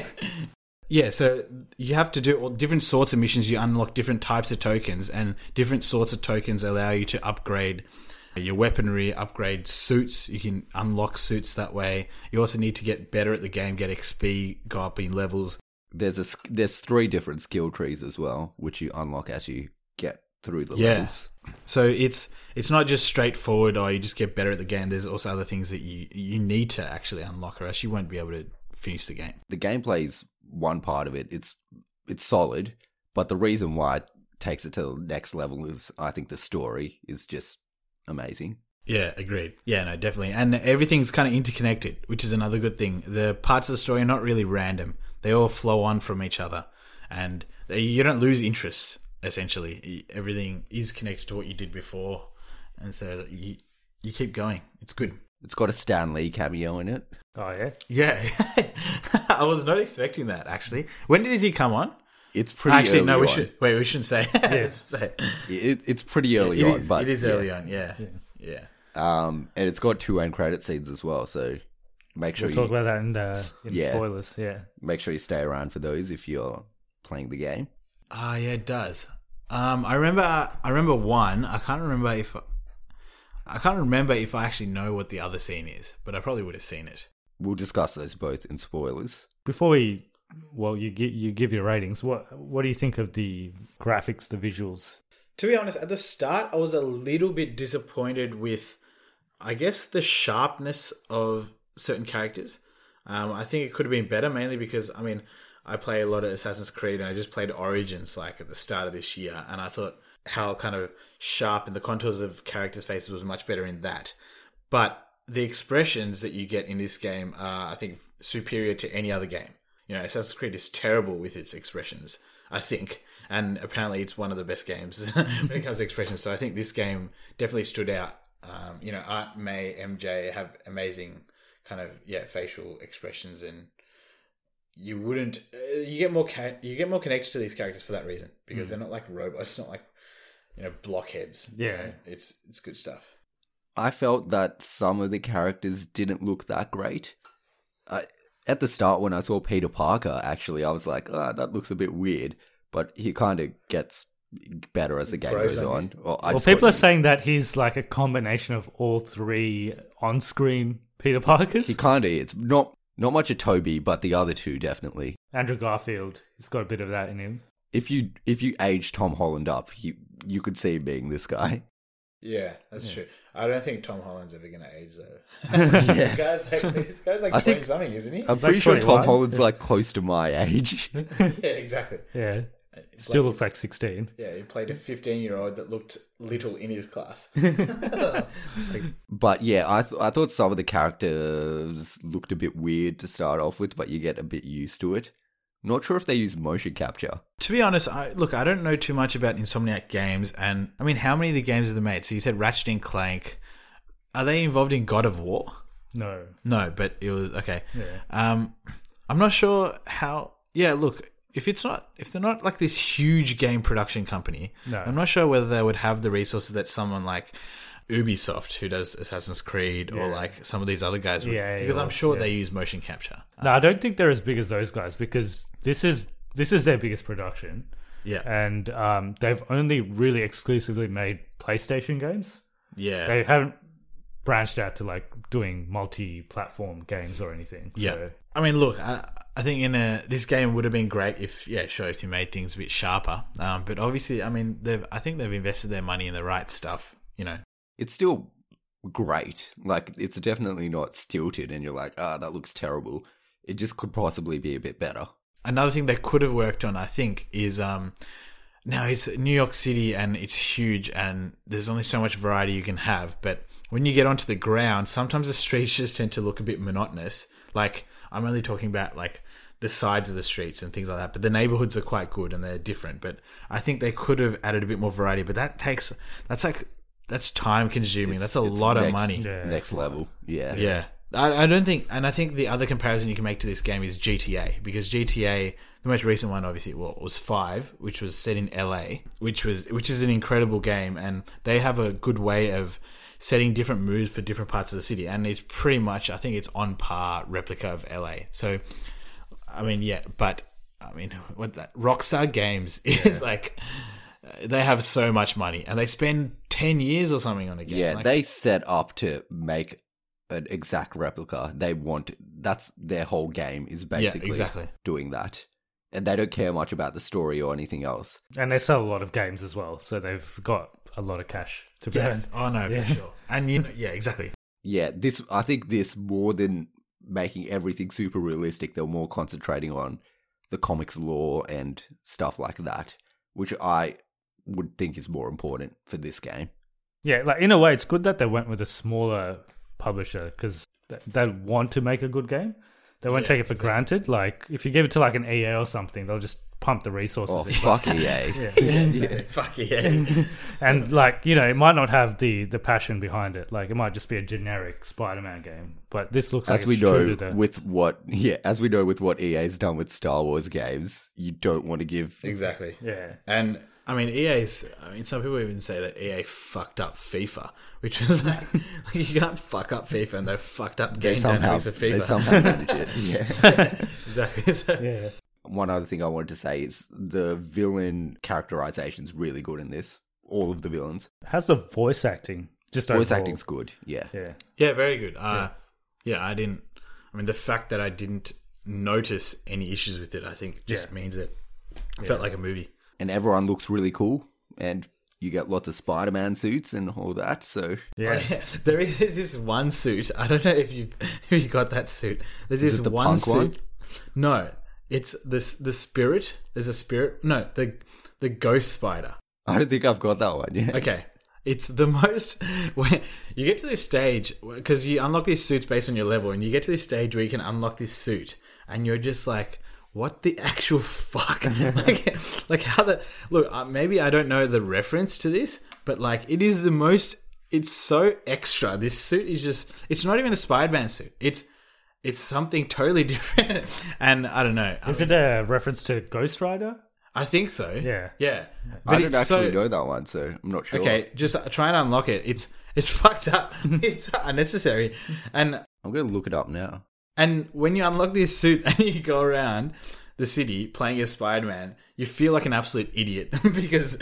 [SPEAKER 3] Yeah, so you have to do all different sorts of missions. You unlock different types of tokens, and different sorts of tokens allow you to upgrade your weaponry, upgrade suits. You can unlock suits that way. You also need to get better at the game, get XP, go up in levels.
[SPEAKER 2] there's a sk- there's three different skill trees as well, which you unlock as you get through the
[SPEAKER 3] Yeah.
[SPEAKER 2] levels.
[SPEAKER 3] So it's it's not just straightforward. Or you just get better at the game. There's also other things that you you need to actually unlock, or else you won't be able to finish the game.
[SPEAKER 2] The gameplay's one part of it. It's it's solid, but the reason why it takes it to the next level is I think the story is just amazing.
[SPEAKER 3] Yeah, agreed. Yeah, no, definitely. And everything's kind of interconnected, which is another good thing. The parts of the story are not really random, they all flow on from each other. And they, you don't lose interest, essentially. E- Everything is connected to what you did before. And so you, you keep going. It's good.
[SPEAKER 2] It's got a Stan Lee cameo in it.
[SPEAKER 1] Oh yeah,
[SPEAKER 3] Yeah. [laughs] I was not expecting that, actually. When did he come on?
[SPEAKER 2] It's pretty
[SPEAKER 3] actually,
[SPEAKER 2] early
[SPEAKER 3] no, we
[SPEAKER 2] on.
[SPEAKER 3] should. Wait, we shouldn't say. [laughs] Let's say.
[SPEAKER 2] It, it's pretty early
[SPEAKER 3] It
[SPEAKER 2] on,
[SPEAKER 3] is-
[SPEAKER 2] but
[SPEAKER 3] it is
[SPEAKER 2] yeah.
[SPEAKER 3] early on, yeah. Yeah.
[SPEAKER 2] Um, and it's got two end credit scenes as well, so make sure
[SPEAKER 1] we'll talk
[SPEAKER 2] you
[SPEAKER 1] about that in, uh, in
[SPEAKER 2] Yeah.
[SPEAKER 1] spoilers. Yeah,
[SPEAKER 2] make sure you stay around for those if you're playing the game.
[SPEAKER 3] Ah, yeah, it does. Um, I remember. I remember one. I can't remember if. I can't remember if I actually know what the other scene is, but I probably would have seen it.
[SPEAKER 2] We'll discuss those both in spoilers.
[SPEAKER 1] before we, well, you gi- you give your ratings. What what do you think of the graphics, the visuals?
[SPEAKER 3] To be honest, at the start, I was a little bit disappointed with, I guess, the sharpness of certain characters. Um, I think it could have been better, mainly because I mean, I play a lot of Assassin's Creed, and I just played Origins like at the start of this year, and I thought how kind of sharp and the contours of characters' faces was much better in that. but the expressions that you get in this game are, I think, superior to any other game. You know, Assassin's Creed is terrible with its expressions, I think, and apparently it's one of the best games [laughs] when it comes to expressions. So I think this game definitely stood out. Um, you know, Art May, MJ have amazing kind of yeah facial expressions, and you wouldn't uh, you get more ca- you get more connected to these characters for that reason because they're not like robots, not like you know blockheads. you
[SPEAKER 1] Yeah.
[SPEAKER 3] know? it's it's good stuff.
[SPEAKER 2] I felt that some of the characters didn't look that great. I, at the start, when I saw Peter Parker, actually, I was like, "Ah, that looks a bit weird," but he kind of gets better as the game
[SPEAKER 3] Grows
[SPEAKER 2] goes
[SPEAKER 3] on
[SPEAKER 2] on. Well, I
[SPEAKER 1] well,
[SPEAKER 2] just got
[SPEAKER 1] people are
[SPEAKER 2] used-
[SPEAKER 1] saying that he's like a combination of all three on-screen Peter Parkers.
[SPEAKER 2] he kind of it's not not much of Toby, but the other two definitely.
[SPEAKER 1] Andrew Garfield, he's got a bit of that in him.
[SPEAKER 2] If you if you age Tom Holland up, you you could see him being this guy.
[SPEAKER 3] Yeah, that's true. I don't think Tom Holland's ever gonna age [laughs] though.
[SPEAKER 2] Yeah.
[SPEAKER 3] The guy's like this guy's like
[SPEAKER 2] I
[SPEAKER 3] twenty
[SPEAKER 2] think-
[SPEAKER 3] something, isn't he?
[SPEAKER 2] I'm
[SPEAKER 1] He's like
[SPEAKER 2] pretty sure Tom
[SPEAKER 1] 21.
[SPEAKER 2] Holland's like close to my age.
[SPEAKER 3] [laughs] yeah, exactly.
[SPEAKER 1] Yeah,
[SPEAKER 2] Uh,
[SPEAKER 3] It's
[SPEAKER 1] still
[SPEAKER 3] like-
[SPEAKER 1] looks like sixteen.
[SPEAKER 3] Yeah, he played a fifteen year old that looked little in his [laughs] class. Like,
[SPEAKER 2] But yeah, I th- I thought some of the characters looked a bit weird to start off with, but you get a bit used to it. Not sure if they use motion capture.
[SPEAKER 3] to be honest, I look I don't know too much about Insomniac games and I mean how many of the games have they made? So you said Ratchet and Clank. Are they involved in God of War?
[SPEAKER 1] No.
[SPEAKER 3] No, but it was okay.
[SPEAKER 1] Yeah.
[SPEAKER 3] Um, I'm not sure how. Yeah, look, if it's not if they're not like this huge game production company,
[SPEAKER 1] No.
[SPEAKER 3] I'm not sure whether they would have the resources that someone like Ubisoft, who does Assassin's Creed, or
[SPEAKER 1] Yeah.
[SPEAKER 3] like some of these other guys would,
[SPEAKER 1] Yeah,
[SPEAKER 3] because I'm
[SPEAKER 1] or-
[SPEAKER 3] sure
[SPEAKER 1] yeah.
[SPEAKER 3] they use motion capture.
[SPEAKER 1] No, I don't think they're as big as those guys because this is this is their biggest production,
[SPEAKER 3] Yeah,
[SPEAKER 1] and um, they've only really exclusively made PlayStation games.
[SPEAKER 3] yeah,
[SPEAKER 1] They haven't branched out to like doing multi-platform games or anything.
[SPEAKER 3] yeah.
[SPEAKER 1] So,
[SPEAKER 3] I mean, look, I, I think in a this game would have been great if yeah, sure, if you made things a bit sharper. Um, but obviously, I mean, they've I think they've invested their money in the right stuff. You know,
[SPEAKER 2] It's still great. Like it's definitely not stilted, and you're like, ah, that looks terrible. It just could possibly be a bit better.
[SPEAKER 3] another thing they could have worked on, I think, is um, now it's New York City and it's huge and there's only so much variety you can have. But when you get onto the ground, sometimes the streets just tend to look a bit monotonous. Like I'm only talking about like the sides of the streets and things like that. But the neighborhoods are quite good and they're different. But I think they could have added a bit more variety. But that takes that's like that's time consuming.
[SPEAKER 2] It's-
[SPEAKER 3] That's a
[SPEAKER 2] it's
[SPEAKER 3] lot of
[SPEAKER 2] next-
[SPEAKER 3] money.
[SPEAKER 1] Yeah,
[SPEAKER 2] Next level. Yeah.
[SPEAKER 3] Yeah. I, I don't think, and I think the other comparison you can make to this game is GTA because GTA, the most recent one, obviously, well, was Five, which was set in LA, which was which is an incredible game, and they have a good way of setting different moods for different parts of the city, and it's pretty much, I think, it's on par replica of LA. So, I mean, yeah, but I mean, what that Rockstar Games [laughs] is like, uh, they have so much money, and they spend ten years or something on a game.
[SPEAKER 2] Yeah,
[SPEAKER 3] like,
[SPEAKER 2] they set up to make an exact replica. They want that's their whole game is basically
[SPEAKER 3] exactly.
[SPEAKER 2] doing that. And they don't care much about the story or anything else.
[SPEAKER 1] and they sell a lot of games as well, so they've got a lot of cash to burn.
[SPEAKER 3] Yes. Oh no, for sure. And you know,
[SPEAKER 2] [laughs]
[SPEAKER 3] yeah, exactly.
[SPEAKER 2] Yeah, this I think this more than making everything super realistic, they're more concentrating on the comics lore and stuff like that, which I would think is more important for this game.
[SPEAKER 1] Yeah, like in a way, it's good that they went with a smaller publisher because they want to make a good game. They won't take it for granted. Like if you give it to like an EA or something, they'll just pump the resources.
[SPEAKER 2] Oh
[SPEAKER 1] in.
[SPEAKER 2] fuck EA.
[SPEAKER 3] [laughs]
[SPEAKER 1] [laughs]
[SPEAKER 2] [laughs]
[SPEAKER 3] Fuck yeah.
[SPEAKER 1] And like you know, it might not have the the passion behind it. Like it might just be a generic Spider-Man game. But this looks
[SPEAKER 2] as
[SPEAKER 1] like
[SPEAKER 2] we
[SPEAKER 1] it's true
[SPEAKER 2] know
[SPEAKER 1] to the
[SPEAKER 2] with what yeah, as we know with what EA's done with Star Wars games, you don't want to give
[SPEAKER 3] exactly.
[SPEAKER 1] yeah.
[SPEAKER 3] And I mean, EA's. I mean, some people even say that EA fucked up FIFA, which is like, [laughs] you can't fuck up FIFA, and they fucked up game
[SPEAKER 2] they somehow,
[SPEAKER 3] dynamics of FIFA.
[SPEAKER 2] they somehow manage it. Yeah.
[SPEAKER 3] [laughs] exactly. [laughs] So,
[SPEAKER 1] Yeah,
[SPEAKER 2] One other thing I wanted to say is the villain characterization's really good in this. All of the villains.
[SPEAKER 1] how's the voice acting? Just
[SPEAKER 2] Voice
[SPEAKER 1] overall.
[SPEAKER 2] acting's good. Yeah.
[SPEAKER 1] Yeah,
[SPEAKER 3] yeah, very good. Uh, yeah. I didn't. I mean, the fact that I didn't notice any issues with it, I think, just
[SPEAKER 1] Yeah.
[SPEAKER 3] means it felt like a movie.
[SPEAKER 2] And everyone looks really cool. And you get lots of Spider Man suits and all that. So [laughs]
[SPEAKER 1] yeah.
[SPEAKER 3] [laughs] there is this one suit. I don't know if you [laughs] if you got that suit. There's this
[SPEAKER 2] it the
[SPEAKER 3] one
[SPEAKER 2] punk
[SPEAKER 3] suit.
[SPEAKER 2] one?
[SPEAKER 3] No, it's this the spirit. There's a spirit. No, the the ghost spider.
[SPEAKER 2] I don't think I've got that one. Yeah.
[SPEAKER 3] Okay. It's the [laughs] most when you get to this stage because you unlock these suits based on your level, and you get to this stage where you can unlock this suit, and you're just like, "What the
[SPEAKER 1] [laughs]
[SPEAKER 3] actual [laughs] fuck?" like, like how the look? Uh, maybe I don't know the reference to this, but like it is the most. It's so extra. This suit is just. It's not even a Spider-Man suit. It's it's something totally [laughs] different, and I don't know.
[SPEAKER 2] [laughs]
[SPEAKER 3] I,
[SPEAKER 1] Is it a reference to Ghost Rider?
[SPEAKER 3] I think so.
[SPEAKER 1] Yeah.
[SPEAKER 3] yeah.
[SPEAKER 2] I don't actually know that one, so I'm not sure.
[SPEAKER 3] Okay, just try and unlock it. It's it's [laughs] fucked up. it's unnecessary. And
[SPEAKER 2] I'm gonna look it up now.
[SPEAKER 3] and when you unlock this suit [laughs] and you go around the city playing as Spider Man, you feel like an absolute idiot [laughs] because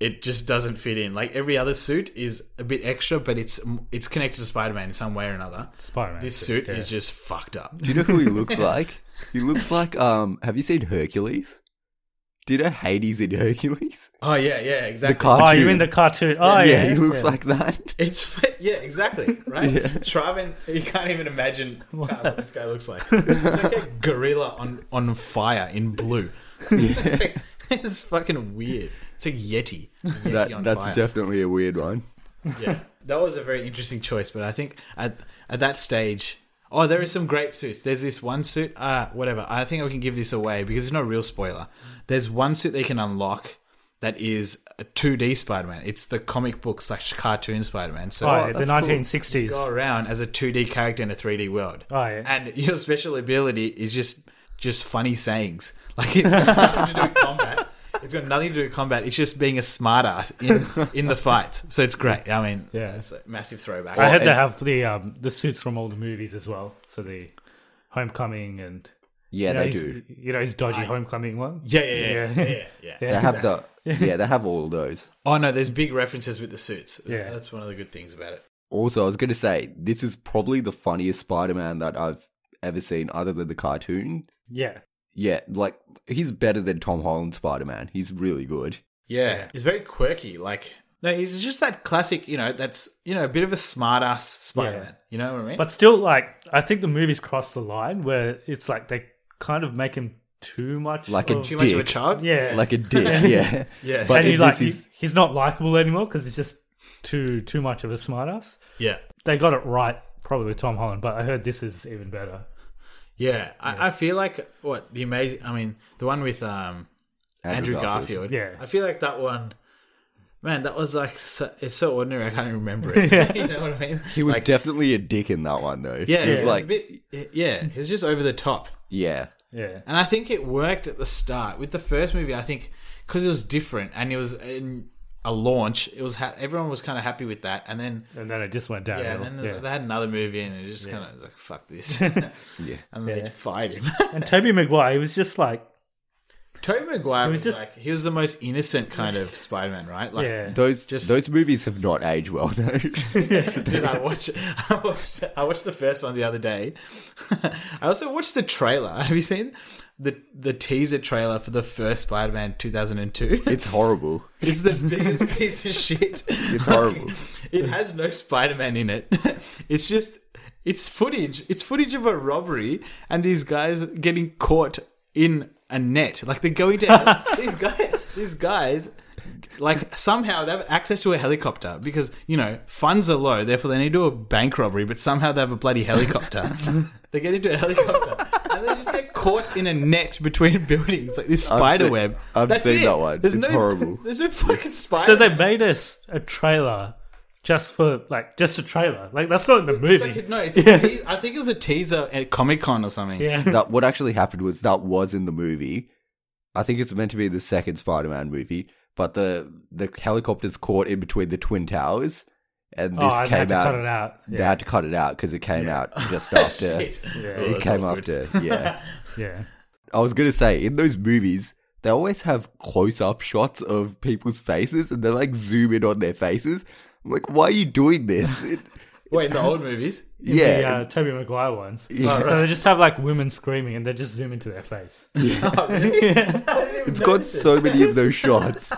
[SPEAKER 3] it just doesn't fit in. Like every other suit is a bit extra, but it's it's connected to Spider Man in some way or another.
[SPEAKER 1] Spider-Man.
[SPEAKER 3] This suit is just fucked up.
[SPEAKER 2] Do you know who he looks like? He looks like um have you seen Hercules? Do you know Hades in Hercules?
[SPEAKER 3] Oh yeah, yeah, exactly.
[SPEAKER 2] The cartoon.
[SPEAKER 1] Oh, you're in the cartoon. Oh yeah,
[SPEAKER 2] yeah, he looks
[SPEAKER 1] yeah.
[SPEAKER 2] like that.
[SPEAKER 3] It's
[SPEAKER 2] [laughs]
[SPEAKER 3] yeah, exactly right. Try and you can't even imagine what this guy looks like. It's like a gorilla on on fire in blue. it's, like- [laughs] it's fucking weird. It's like yeti. yeti
[SPEAKER 2] that
[SPEAKER 3] on
[SPEAKER 2] that's
[SPEAKER 3] fire.
[SPEAKER 2] definitely a weird one.
[SPEAKER 3] yeah. That was a very interesting choice, but I think at at that stage. Oh, there is some great suits. There's this one suit. Uh, whatever. I think I can give this away because it's not a real spoiler. There's one suit they can unlock that is a 2D Spider-Man. It's the comic book slash cartoon Spider-Man. So
[SPEAKER 1] Right, Oh, the
[SPEAKER 2] that's cool.
[SPEAKER 1] 1960s.
[SPEAKER 3] go around as a 2D character in a 3D world.
[SPEAKER 1] Oh, yeah.
[SPEAKER 3] And your special ability is just just funny sayings. [laughs] Like
[SPEAKER 1] [laughs]
[SPEAKER 3] it's got nothing to do with combat. It's got nothing to do with combat. It's just being a smartass in in the fights. So it's great. I mean,
[SPEAKER 1] Yeah.
[SPEAKER 3] yeah, it's a massive throwback.
[SPEAKER 1] I had to have the um, the suits from all the movies as well. So the Homecoming and
[SPEAKER 2] Yeah,
[SPEAKER 1] you know,
[SPEAKER 2] they
[SPEAKER 1] his-
[SPEAKER 2] do.
[SPEAKER 1] You know his dodgy Homecoming one.
[SPEAKER 3] yeah, yeah, yeah,
[SPEAKER 1] [laughs]
[SPEAKER 3] yeah, yeah, yeah.
[SPEAKER 2] They have the yeah, they have all those.
[SPEAKER 3] Oh no, there's big references with the suits.
[SPEAKER 1] Yeah.
[SPEAKER 3] that's one of the good things about it.
[SPEAKER 2] Also, I was going to say this is probably the funniest Spider-Man that I've ever seen, other than the cartoon.
[SPEAKER 1] yeah.
[SPEAKER 2] Yeah, like he's better than Tom Holland Spider-Man. He's really good.
[SPEAKER 3] Yeah. He's very quirky. Like, no, he's just that classic, you know, that's, you know, a bit of a smart ass Spider Man.
[SPEAKER 1] Yeah.
[SPEAKER 3] You know what I mean?
[SPEAKER 1] But still, like I think the movies cross the line where it's like they kind of make him too much
[SPEAKER 2] Like a
[SPEAKER 1] of-
[SPEAKER 3] too much of a
[SPEAKER 2] dick.
[SPEAKER 3] child?
[SPEAKER 1] yeah,
[SPEAKER 2] Like a dick. yeah,
[SPEAKER 3] Yeah.
[SPEAKER 2] But
[SPEAKER 1] and
[SPEAKER 2] in
[SPEAKER 1] he, like
[SPEAKER 2] this is
[SPEAKER 1] he- he's not likable anymore because he's just too too much of a smartass.
[SPEAKER 3] Yeah.
[SPEAKER 1] They got it right probably with Tom Holland, but I heard this is even better.
[SPEAKER 3] Yeah. I, I feel like, what, the amazing, I mean, the one with um, Andrew, Garfield.
[SPEAKER 1] Yeah.
[SPEAKER 3] I feel like that one, man, that was like, so, it's so ordinary. I can't even remember [laughs] it. you know what I mean?
[SPEAKER 2] He was
[SPEAKER 3] Like,
[SPEAKER 2] definitely a dick in that one, though.
[SPEAKER 3] yeah,
[SPEAKER 2] he
[SPEAKER 3] it
[SPEAKER 2] was
[SPEAKER 3] was
[SPEAKER 2] like,
[SPEAKER 3] a bit, yeah, he was just over the top.
[SPEAKER 2] yeah,
[SPEAKER 1] Yeah,
[SPEAKER 3] And I think it worked at the start with the first movie. I think because it was different and it was in a launch, it was ha- everyone was kind of happy with that. And then
[SPEAKER 1] and then it just went down.
[SPEAKER 3] yeah, and then there's- they had another movie and it just kind of was like fuck this. [laughs] yeah, and they fired him.
[SPEAKER 1] And Toby Maguire, he was just like,
[SPEAKER 3] Tobey Maguire
[SPEAKER 1] was
[SPEAKER 3] was,
[SPEAKER 1] just-
[SPEAKER 3] like he was the most innocent kind of Spider-Man, right? Like,
[SPEAKER 1] yeah,
[SPEAKER 2] those
[SPEAKER 3] Just-
[SPEAKER 2] those movies have not aged well, though.
[SPEAKER 3] [laughs]
[SPEAKER 2] [laughs]
[SPEAKER 3] Dude, I watched, I watched, I watched the first one the other day. [laughs] I also watched the trailer. Have you seen the the teaser trailer for the first Spider-Man 2002?
[SPEAKER 2] it's horrible.
[SPEAKER 3] [laughs] It's the biggest piece of shit.
[SPEAKER 2] It's
[SPEAKER 3] [laughs]
[SPEAKER 2] horrible.
[SPEAKER 3] It has no Spider Man in it. [laughs] It's just it's footage. It's footage of a robbery and these guys getting caught in a net. Like they're going
[SPEAKER 2] [laughs]
[SPEAKER 3] to hel- these guys. These guys. Like somehow they have access to a helicopter because you know funds are low, therefore they need to do a bank robbery. But somehow they have a bloody
[SPEAKER 2] [laughs]
[SPEAKER 3] helicopter. they get into a helicopter and they just get caught in a net between [laughs] buildings, like this
[SPEAKER 2] I've
[SPEAKER 3] spider
[SPEAKER 2] seen-
[SPEAKER 3] web.
[SPEAKER 2] I've
[SPEAKER 3] That's
[SPEAKER 2] seen
[SPEAKER 3] it.
[SPEAKER 2] that one.
[SPEAKER 3] There's
[SPEAKER 2] It's
[SPEAKER 3] no,
[SPEAKER 2] horrible.
[SPEAKER 3] [laughs] There's no fucking spider.
[SPEAKER 1] so they made us a trailer just for like just a trailer. Like that's not in the movie.
[SPEAKER 3] It's like, no, it's a te- I think it was a teaser at Comic Con or
[SPEAKER 2] [laughs]
[SPEAKER 3] something.
[SPEAKER 1] yeah,
[SPEAKER 2] that what actually happened was that was in the movie. I think it's meant to be the second Spider-Man movie, but the the helicopter's caught in between the twin towers, and this
[SPEAKER 1] oh, I
[SPEAKER 2] came
[SPEAKER 1] had to
[SPEAKER 2] out.
[SPEAKER 1] cut it out.
[SPEAKER 2] They had to cut it out because it came out just after
[SPEAKER 3] Shit. Oh,
[SPEAKER 2] it
[SPEAKER 3] that's
[SPEAKER 2] came
[SPEAKER 3] awkward.
[SPEAKER 2] after.
[SPEAKER 1] [laughs]
[SPEAKER 2] Yeah,
[SPEAKER 1] Yeah,
[SPEAKER 2] I was gonna say in those movies they always have close-up shots of people's faces, and they like zoom in on their faces. I'm like, why are you doing
[SPEAKER 1] [laughs]
[SPEAKER 2] this? It-
[SPEAKER 3] Wait, in the old movies?
[SPEAKER 2] yeah,
[SPEAKER 1] the uh, Toby Maguire ones.
[SPEAKER 2] [laughs] Yeah.
[SPEAKER 1] So they just have like women screaming and they just zoom into their face.
[SPEAKER 3] Oh,
[SPEAKER 1] [laughs]
[SPEAKER 3] really?
[SPEAKER 2] it's got so many of those shots.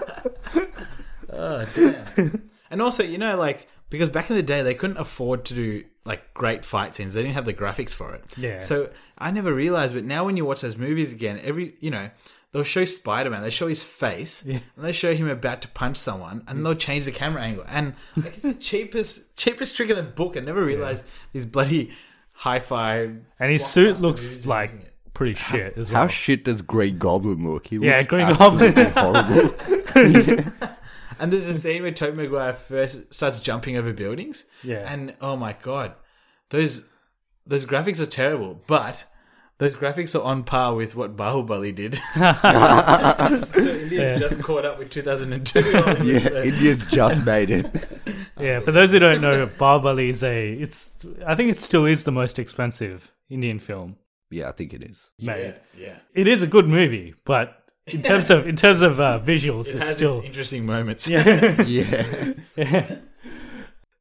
[SPEAKER 3] Oh, damn. and also, you know, like, because back in the day, they couldn't afford to do, like, great fight scenes. They didn't have the graphics for it.
[SPEAKER 1] Yeah.
[SPEAKER 3] So I never realized, but now when you watch those movies again, every, you know, they'll show Spider Man, they show his face, and they show him about to punch someone, and they'll change the camera angle. And like, it's the [laughs] cheapest, cheapest trick in the book. I never realized these bloody hi fi.
[SPEAKER 1] And his suit looks like pretty shit as well.
[SPEAKER 2] How shit does Green Goblin look? He looks
[SPEAKER 1] Yeah, Green
[SPEAKER 2] absolutely
[SPEAKER 1] [laughs]
[SPEAKER 2] horrible.
[SPEAKER 3] And there's a scene where Tobey Maguire first starts jumping over buildings.
[SPEAKER 1] Yeah.
[SPEAKER 3] And oh my god, those those graphics are terrible, but those graphics are on par with what Bahubali
[SPEAKER 1] [laughs]
[SPEAKER 3] did. [laughs] so India's just caught up with [laughs] 2002.
[SPEAKER 2] Yeah,
[SPEAKER 3] So-
[SPEAKER 2] India's just made it.
[SPEAKER 1] [laughs] Yeah, for those who
[SPEAKER 2] [laughs]
[SPEAKER 1] don't know, Bahubali is a it's I think it still is the most expensive Indian film
[SPEAKER 2] Yeah, I think it is.
[SPEAKER 1] made.
[SPEAKER 3] yeah, yeah.
[SPEAKER 1] It is a good movie, but
[SPEAKER 3] [laughs]
[SPEAKER 1] in terms of in terms of uh, visuals,
[SPEAKER 3] It
[SPEAKER 1] it's
[SPEAKER 3] has
[SPEAKER 1] still [laughs]
[SPEAKER 3] its interesting moments.
[SPEAKER 2] Yeah.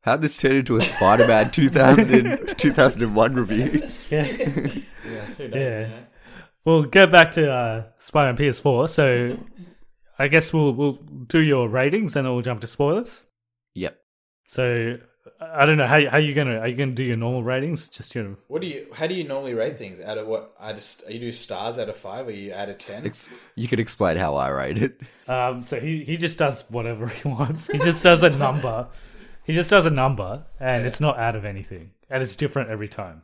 [SPEAKER 2] How'd this turn into a Spider Man 2000
[SPEAKER 1] [laughs]
[SPEAKER 2] and 2001 review?
[SPEAKER 3] [laughs]
[SPEAKER 1] yeah. We'll go back to uh, Spider-Man PS4.
[SPEAKER 3] [laughs]
[SPEAKER 1] So I guess we'll we'll do your ratings and then we'll jump to spoilers.
[SPEAKER 2] Yep.
[SPEAKER 1] So I I don't know how how you gonna are you gonna do your normal ratings? Just your
[SPEAKER 3] What do you? How do you normally rate things? Out of what? I just you do stars out of five, or you out of ten?
[SPEAKER 2] Ex- You can explain how I rate it.
[SPEAKER 1] Um, so he, he just does whatever [laughs] he wants. He just does a number. He just does a number, and it's not out of anything, and it's different every time.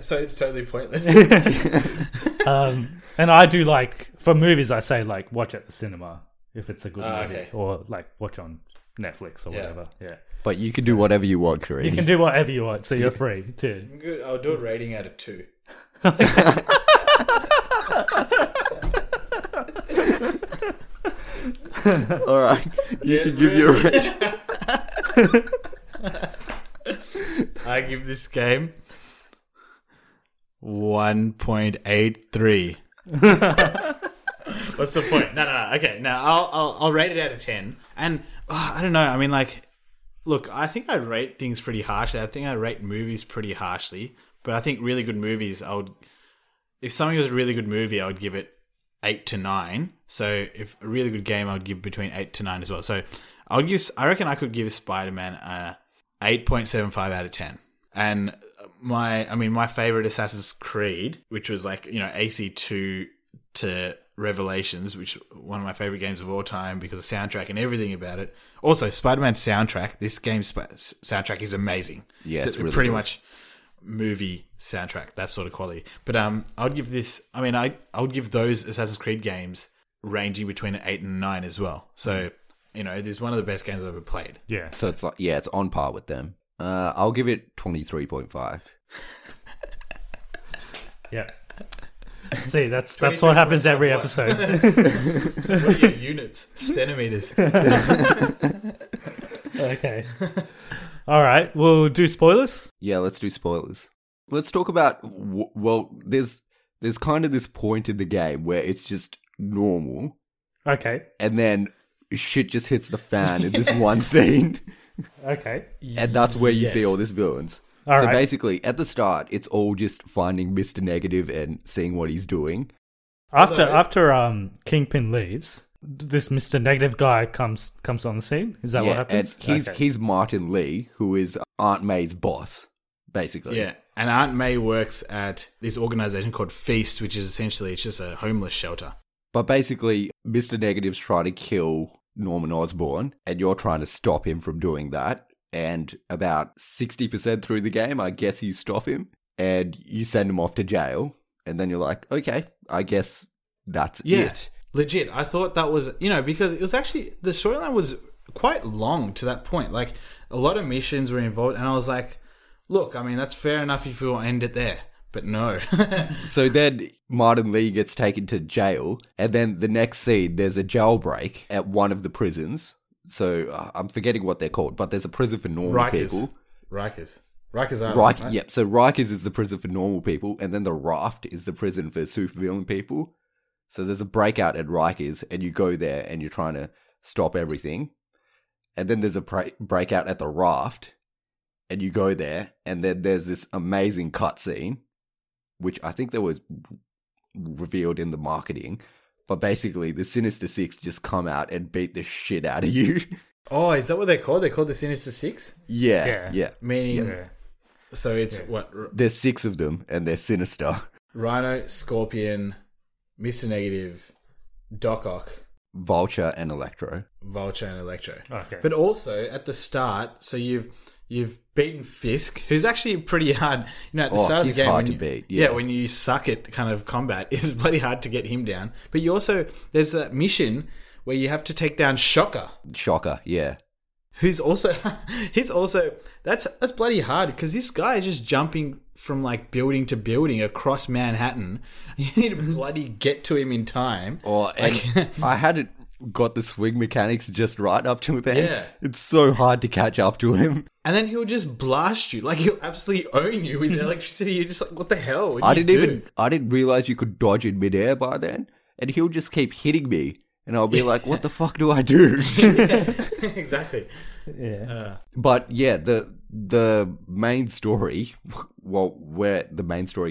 [SPEAKER 3] so it's totally pointless.
[SPEAKER 1] [laughs] Um, and I do like for movies, I say like watch at the cinema if it's a good
[SPEAKER 3] Ah,
[SPEAKER 1] movie
[SPEAKER 3] okay.
[SPEAKER 1] or like watch on Netflix or
[SPEAKER 3] Yeah.
[SPEAKER 1] whatever. Yeah,
[SPEAKER 2] But you can do whatever you want,
[SPEAKER 1] you
[SPEAKER 2] Kareem.
[SPEAKER 1] can do whatever you want, so you're free too.
[SPEAKER 3] Good. I'll do a rating out of two.
[SPEAKER 2] All
[SPEAKER 1] [laughs]
[SPEAKER 2] right, you
[SPEAKER 3] Yeah,
[SPEAKER 2] can give your rating.
[SPEAKER 3] I give this game one point eight three. [laughs] What's the point? No, no, no. Okay, no. I'll, I'll I'll rate it out of ten. And ah, I don't know. I mean, like, look. I think I rate things pretty harshly. I think I rate movies pretty harshly. But I think really good movies. I would, if something was a really good movie, I would give it eight to nine. So if a really good game, I would give between eight to nine as well. So I'll give. I reckon I could give Spider Man a eight point seven five out of ten. And my, I mean, my favorite Assassin's Creed, which was like you know AC two to Revelations, which one of my favorite games of all time because of soundtrack and everything about it. Also, Spider Man's soundtrack. This game's sp- soundtrack is amazing.
[SPEAKER 2] Yeah, it's
[SPEAKER 3] a-
[SPEAKER 2] really
[SPEAKER 3] pretty
[SPEAKER 2] good.
[SPEAKER 3] much movie soundtrack, that sort of quality. But um, I would give this. I mean, I I would give those Assassin's Creed games ranging between an eight and a nine as well. So you know, this is one of the best games I've ever played.
[SPEAKER 1] Yeah,
[SPEAKER 2] So it's like, yeah, it's on par with them. Uh, I'll give it twenty three point five.
[SPEAKER 3] [laughs]
[SPEAKER 1] yeah. See, that's that's what happens every episode.
[SPEAKER 3] [laughs] What are your units? Centimeters.
[SPEAKER 1] okay. All right, we'll do spoilers.
[SPEAKER 2] Yeah, let's do spoilers. Let's talk about w- well, there's there's kind of this point in the game where it's just normal,
[SPEAKER 1] Okay.
[SPEAKER 2] and then shit just hits the fan
[SPEAKER 1] [laughs]
[SPEAKER 2] in this one scene,
[SPEAKER 1] Okay.
[SPEAKER 2] and that's where you see
[SPEAKER 3] Yes.
[SPEAKER 2] all these villains.
[SPEAKER 1] All
[SPEAKER 2] so
[SPEAKER 1] right.
[SPEAKER 2] basically, at the start, it's all just finding Mister Negative and seeing what he's doing.
[SPEAKER 1] After
[SPEAKER 3] Although-
[SPEAKER 1] after um Kingpin leaves, this Mister Negative guy comes comes on the scene. Is that what happens?
[SPEAKER 2] And he's
[SPEAKER 1] Okay.
[SPEAKER 2] he's Martin Lee, who is Aunt May's boss, basically.
[SPEAKER 3] Yeah, and Aunt May works at this organization called Feast, which is essentially it's just a homeless shelter.
[SPEAKER 2] But basically, Mr. Negative's trying to kill Norman Osborn, and you're trying to stop him from doing that. And about 60% through the game, I guess you stop him and you send him off to jail. And then you're like, okay, I guess that's
[SPEAKER 3] Yeah,
[SPEAKER 2] it.
[SPEAKER 3] legit. I thought that was you know because it was actually the storyline was quite long to that point. Like a lot of missions were involved, and I was like, look, I mean that's fair enough if you want to end it there, but no.
[SPEAKER 2] So then Martin Lee gets taken to jail, and then the next scene, there's a jailbreak at one of the prisons. So uh, I'm forgetting what they're called, but there's a prison for normal
[SPEAKER 3] Rikers,
[SPEAKER 2] people.
[SPEAKER 3] Rikers, Rikers Island.
[SPEAKER 2] Rik-
[SPEAKER 3] right?
[SPEAKER 2] Yep. So Rikers is the prison for normal people, and then the Raft is the prison for supervillain people. So there's a breakout at Rikers, and you go there and you're trying to stop everything. And then there's a pre- breakout at the Raft, and you go there, and then there's this amazing cutscene, which I think that was r- revealed in the marketing. But basically, the Sinister Six just come out and beat the shit out of you. [laughs]
[SPEAKER 3] Oh, is that what they're called? They're called the Sinister Six,
[SPEAKER 2] yeah,
[SPEAKER 1] Yeah.
[SPEAKER 2] yeah,
[SPEAKER 3] meaning
[SPEAKER 1] Yeah.
[SPEAKER 3] so it's what R-
[SPEAKER 2] There's six of them, and they're sinister.
[SPEAKER 3] Rhino, Scorpion, Mister Negative, Doc Ock,
[SPEAKER 2] Vulture and Electro.
[SPEAKER 3] Vulture and Electro.
[SPEAKER 1] Okay.
[SPEAKER 3] But also at the start, so you've you've beaten Fisk, who's actually pretty hard. You know, at the
[SPEAKER 2] Oh,
[SPEAKER 3] start of the
[SPEAKER 2] he's
[SPEAKER 3] game,
[SPEAKER 2] hard
[SPEAKER 3] when
[SPEAKER 2] to
[SPEAKER 3] you-
[SPEAKER 2] beat,
[SPEAKER 3] Yeah.
[SPEAKER 2] yeah.
[SPEAKER 3] when you suck at kind of combat, [laughs] it's bloody hard to get him down. But you also there's that mission where you have to take down Shocker,
[SPEAKER 2] Shocker, yeah.
[SPEAKER 3] who's also [laughs] he's also that's that's bloody hard because this guy is just jumping from like building to building across Manhattan. [laughs] You need to bloody get to him in time.
[SPEAKER 2] Or Oh,
[SPEAKER 3] [laughs]
[SPEAKER 2] and
[SPEAKER 3] Like-
[SPEAKER 2] I hadn't got the swing mechanics just right up to then.
[SPEAKER 3] Yeah.
[SPEAKER 2] It's so hard to catch up to him.
[SPEAKER 3] And then he'll just blast you. Like he'll absolutely own
[SPEAKER 2] [laughs]
[SPEAKER 3] you with electricity. You're just like, what the hell? What
[SPEAKER 2] I
[SPEAKER 3] you
[SPEAKER 2] didn't
[SPEAKER 3] do?
[SPEAKER 2] even I didn't realize you could dodge in midair by then. And he'll just keep hitting me. And I'll be like, what the fuck do I
[SPEAKER 3] [laughs]
[SPEAKER 2] do? [laughs]
[SPEAKER 3] exactly.
[SPEAKER 2] but yeah, the the main story well where the main story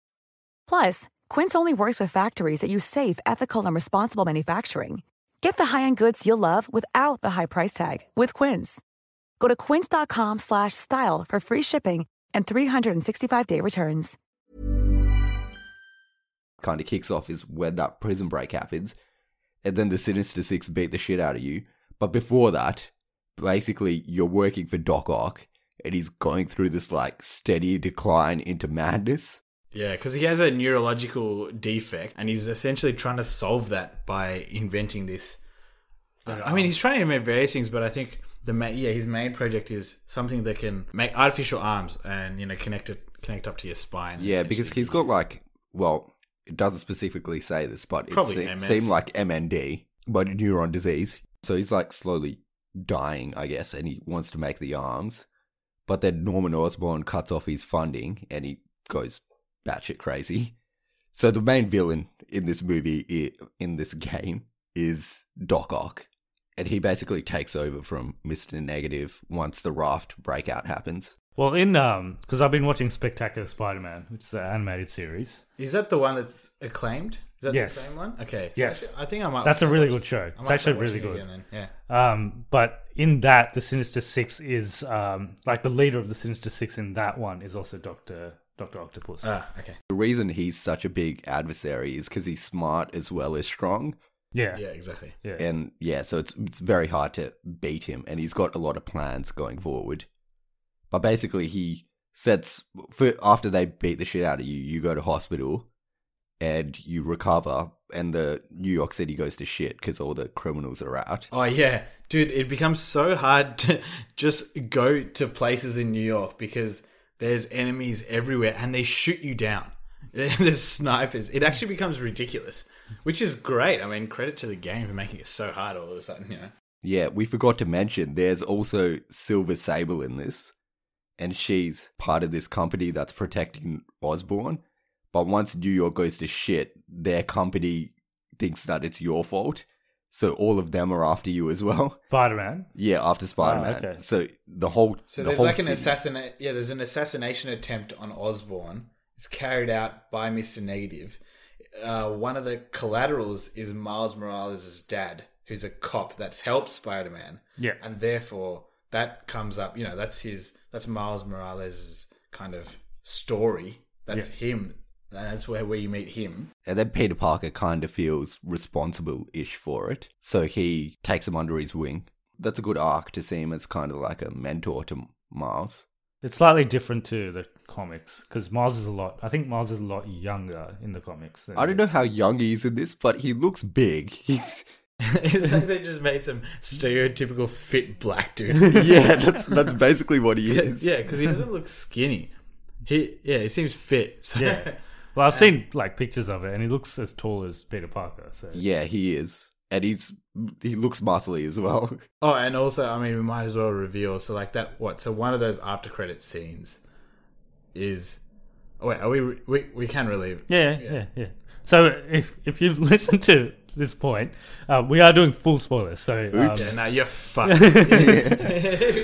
[SPEAKER 4] Plus, Quince only works with factories that use safe, ethical, and responsible manufacturing. Get the high-end goods you'll love without the high price tag with Quince. Go to quince.com slash style for free shipping and 365-day returns.
[SPEAKER 2] kind of kicks off is when that prison break happens, and then the Sinister Six beat the shit out of you. But before that, basically, you're working for Doc Ock, and he's going through this like steady decline into madness.
[SPEAKER 3] Yeah, because he has a neurological defect, and he's essentially trying to solve that by inventing this. Uh, I
[SPEAKER 2] um,
[SPEAKER 3] mean, he's trying to invent various things, but I think the ma- yeah his main project is something that can make artificial arms and you know connect it connect up to your spine.
[SPEAKER 2] Yeah, because
[SPEAKER 3] essentially.
[SPEAKER 2] he's got like, well, it doesn't specifically say this, but it
[SPEAKER 3] Probably
[SPEAKER 2] se-
[SPEAKER 3] MS.
[SPEAKER 2] seemed like MND, but neuron disease. So he's like slowly dying, I guess, and he wants to make the arms. But then Norman Osborn cuts off his funding and he goes batshit crazy. So the main villain in this movie, i- in this game, is Doc Ock. And he basically takes over from Mr. Negative once the raft breakout happens.
[SPEAKER 1] Well, in um, because I've been watching Spectacular Spider-Man, which is an animated series.
[SPEAKER 3] is that the one that's acclaimed? Is that
[SPEAKER 1] Yes.
[SPEAKER 3] the same one? Okay. so
[SPEAKER 1] Yes.
[SPEAKER 3] actually- I think I might.
[SPEAKER 1] That's a really
[SPEAKER 3] watch-
[SPEAKER 1] good show.
[SPEAKER 3] I
[SPEAKER 1] It's
[SPEAKER 3] might
[SPEAKER 1] actually
[SPEAKER 3] start
[SPEAKER 1] really
[SPEAKER 3] watching it
[SPEAKER 1] good.
[SPEAKER 3] again then.
[SPEAKER 1] Um, but in that, the Sinister Six is um, like the leader of the Sinister Six in that one is also Doctor Doctor Octopus.
[SPEAKER 3] Yeah. Ah, okay.
[SPEAKER 2] The reason he's such a big adversary is because he's smart as well as strong.
[SPEAKER 1] yeah,
[SPEAKER 3] Yeah.
[SPEAKER 1] yeah,
[SPEAKER 3] Exactly.
[SPEAKER 2] And yeah, so it's it's very hard to beat him, and he's got a lot of plans going forward. But basically, he sets for, after they beat the shit out of you, you go to hospital, and you recover, and the New York City goes to shit because all the criminals are out.
[SPEAKER 3] Oh yeah, dude, it becomes so hard [laughs] to just go to places in New York because there's enemies everywhere and they shoot you down. [laughs] there's snipers. It actually becomes ridiculous, which is great. I mean, credit to the game for making it so hard all of a sudden, you know.
[SPEAKER 2] Yeah, we forgot to mention there's also Silver Sable in this, and she's part of this company that's protecting Osborne. But once New York goes to shit, their company thinks that it's your fault, so all of them are after you as well. [laughs]
[SPEAKER 1] Spider-Man.
[SPEAKER 2] Yeah, after Spider Man.
[SPEAKER 1] okay.
[SPEAKER 2] So the whole
[SPEAKER 3] So
[SPEAKER 2] the
[SPEAKER 3] there's
[SPEAKER 2] whole
[SPEAKER 3] like an
[SPEAKER 2] city-
[SPEAKER 3] assassinate. Yeah, there's an assassination attempt on Osborne. is carried out by Mr. Negative. Uh, one of the collaterals is Miles Morales' dad, who's a cop that's helped Spider Man.
[SPEAKER 1] Yeah.
[SPEAKER 3] And therefore, that comes up, you know, that's his, that's Miles Morales' kind of story. That's him. And that's where, where you meet him.
[SPEAKER 2] And then Peter Parker kind of feels responsible ish for it. So he takes him under his wing. That's a good arc to see him as kind of like a mentor to Miles.
[SPEAKER 1] It's slightly different to the comics because Miles is a lot. I think Miles is a lot younger in the comics. than
[SPEAKER 2] I don't know
[SPEAKER 1] this.
[SPEAKER 2] how young he is in this, but he looks
[SPEAKER 3] [laughs]
[SPEAKER 2] big. He's
[SPEAKER 3] [laughs] it's like they just made some stereotypical fit black [laughs] dude.
[SPEAKER 2] yeah, that's
[SPEAKER 3] [laughs]
[SPEAKER 2] that's basically what he is.
[SPEAKER 3] yeah, because he doesn't look skinny. He yeah, he seems fit. So.
[SPEAKER 1] Yeah. Well, I've seen like pictures of it, and he looks as tall as Peter Parker. So
[SPEAKER 2] Yeah, he is, and he's he looks muscly as well.
[SPEAKER 3] [laughs]
[SPEAKER 2] [laughs]
[SPEAKER 3] Oh, and also, I mean, we might as well reveal. So, like that. What? So, one of those after credit scenes is. Oh, wait, are we? We we can relieve.
[SPEAKER 1] Yeah, yeah, yeah. So if if you've [laughs] listened to this point, uh, we are doing full spoilers. So um,
[SPEAKER 3] Yeah, now you're fucked. [laughs]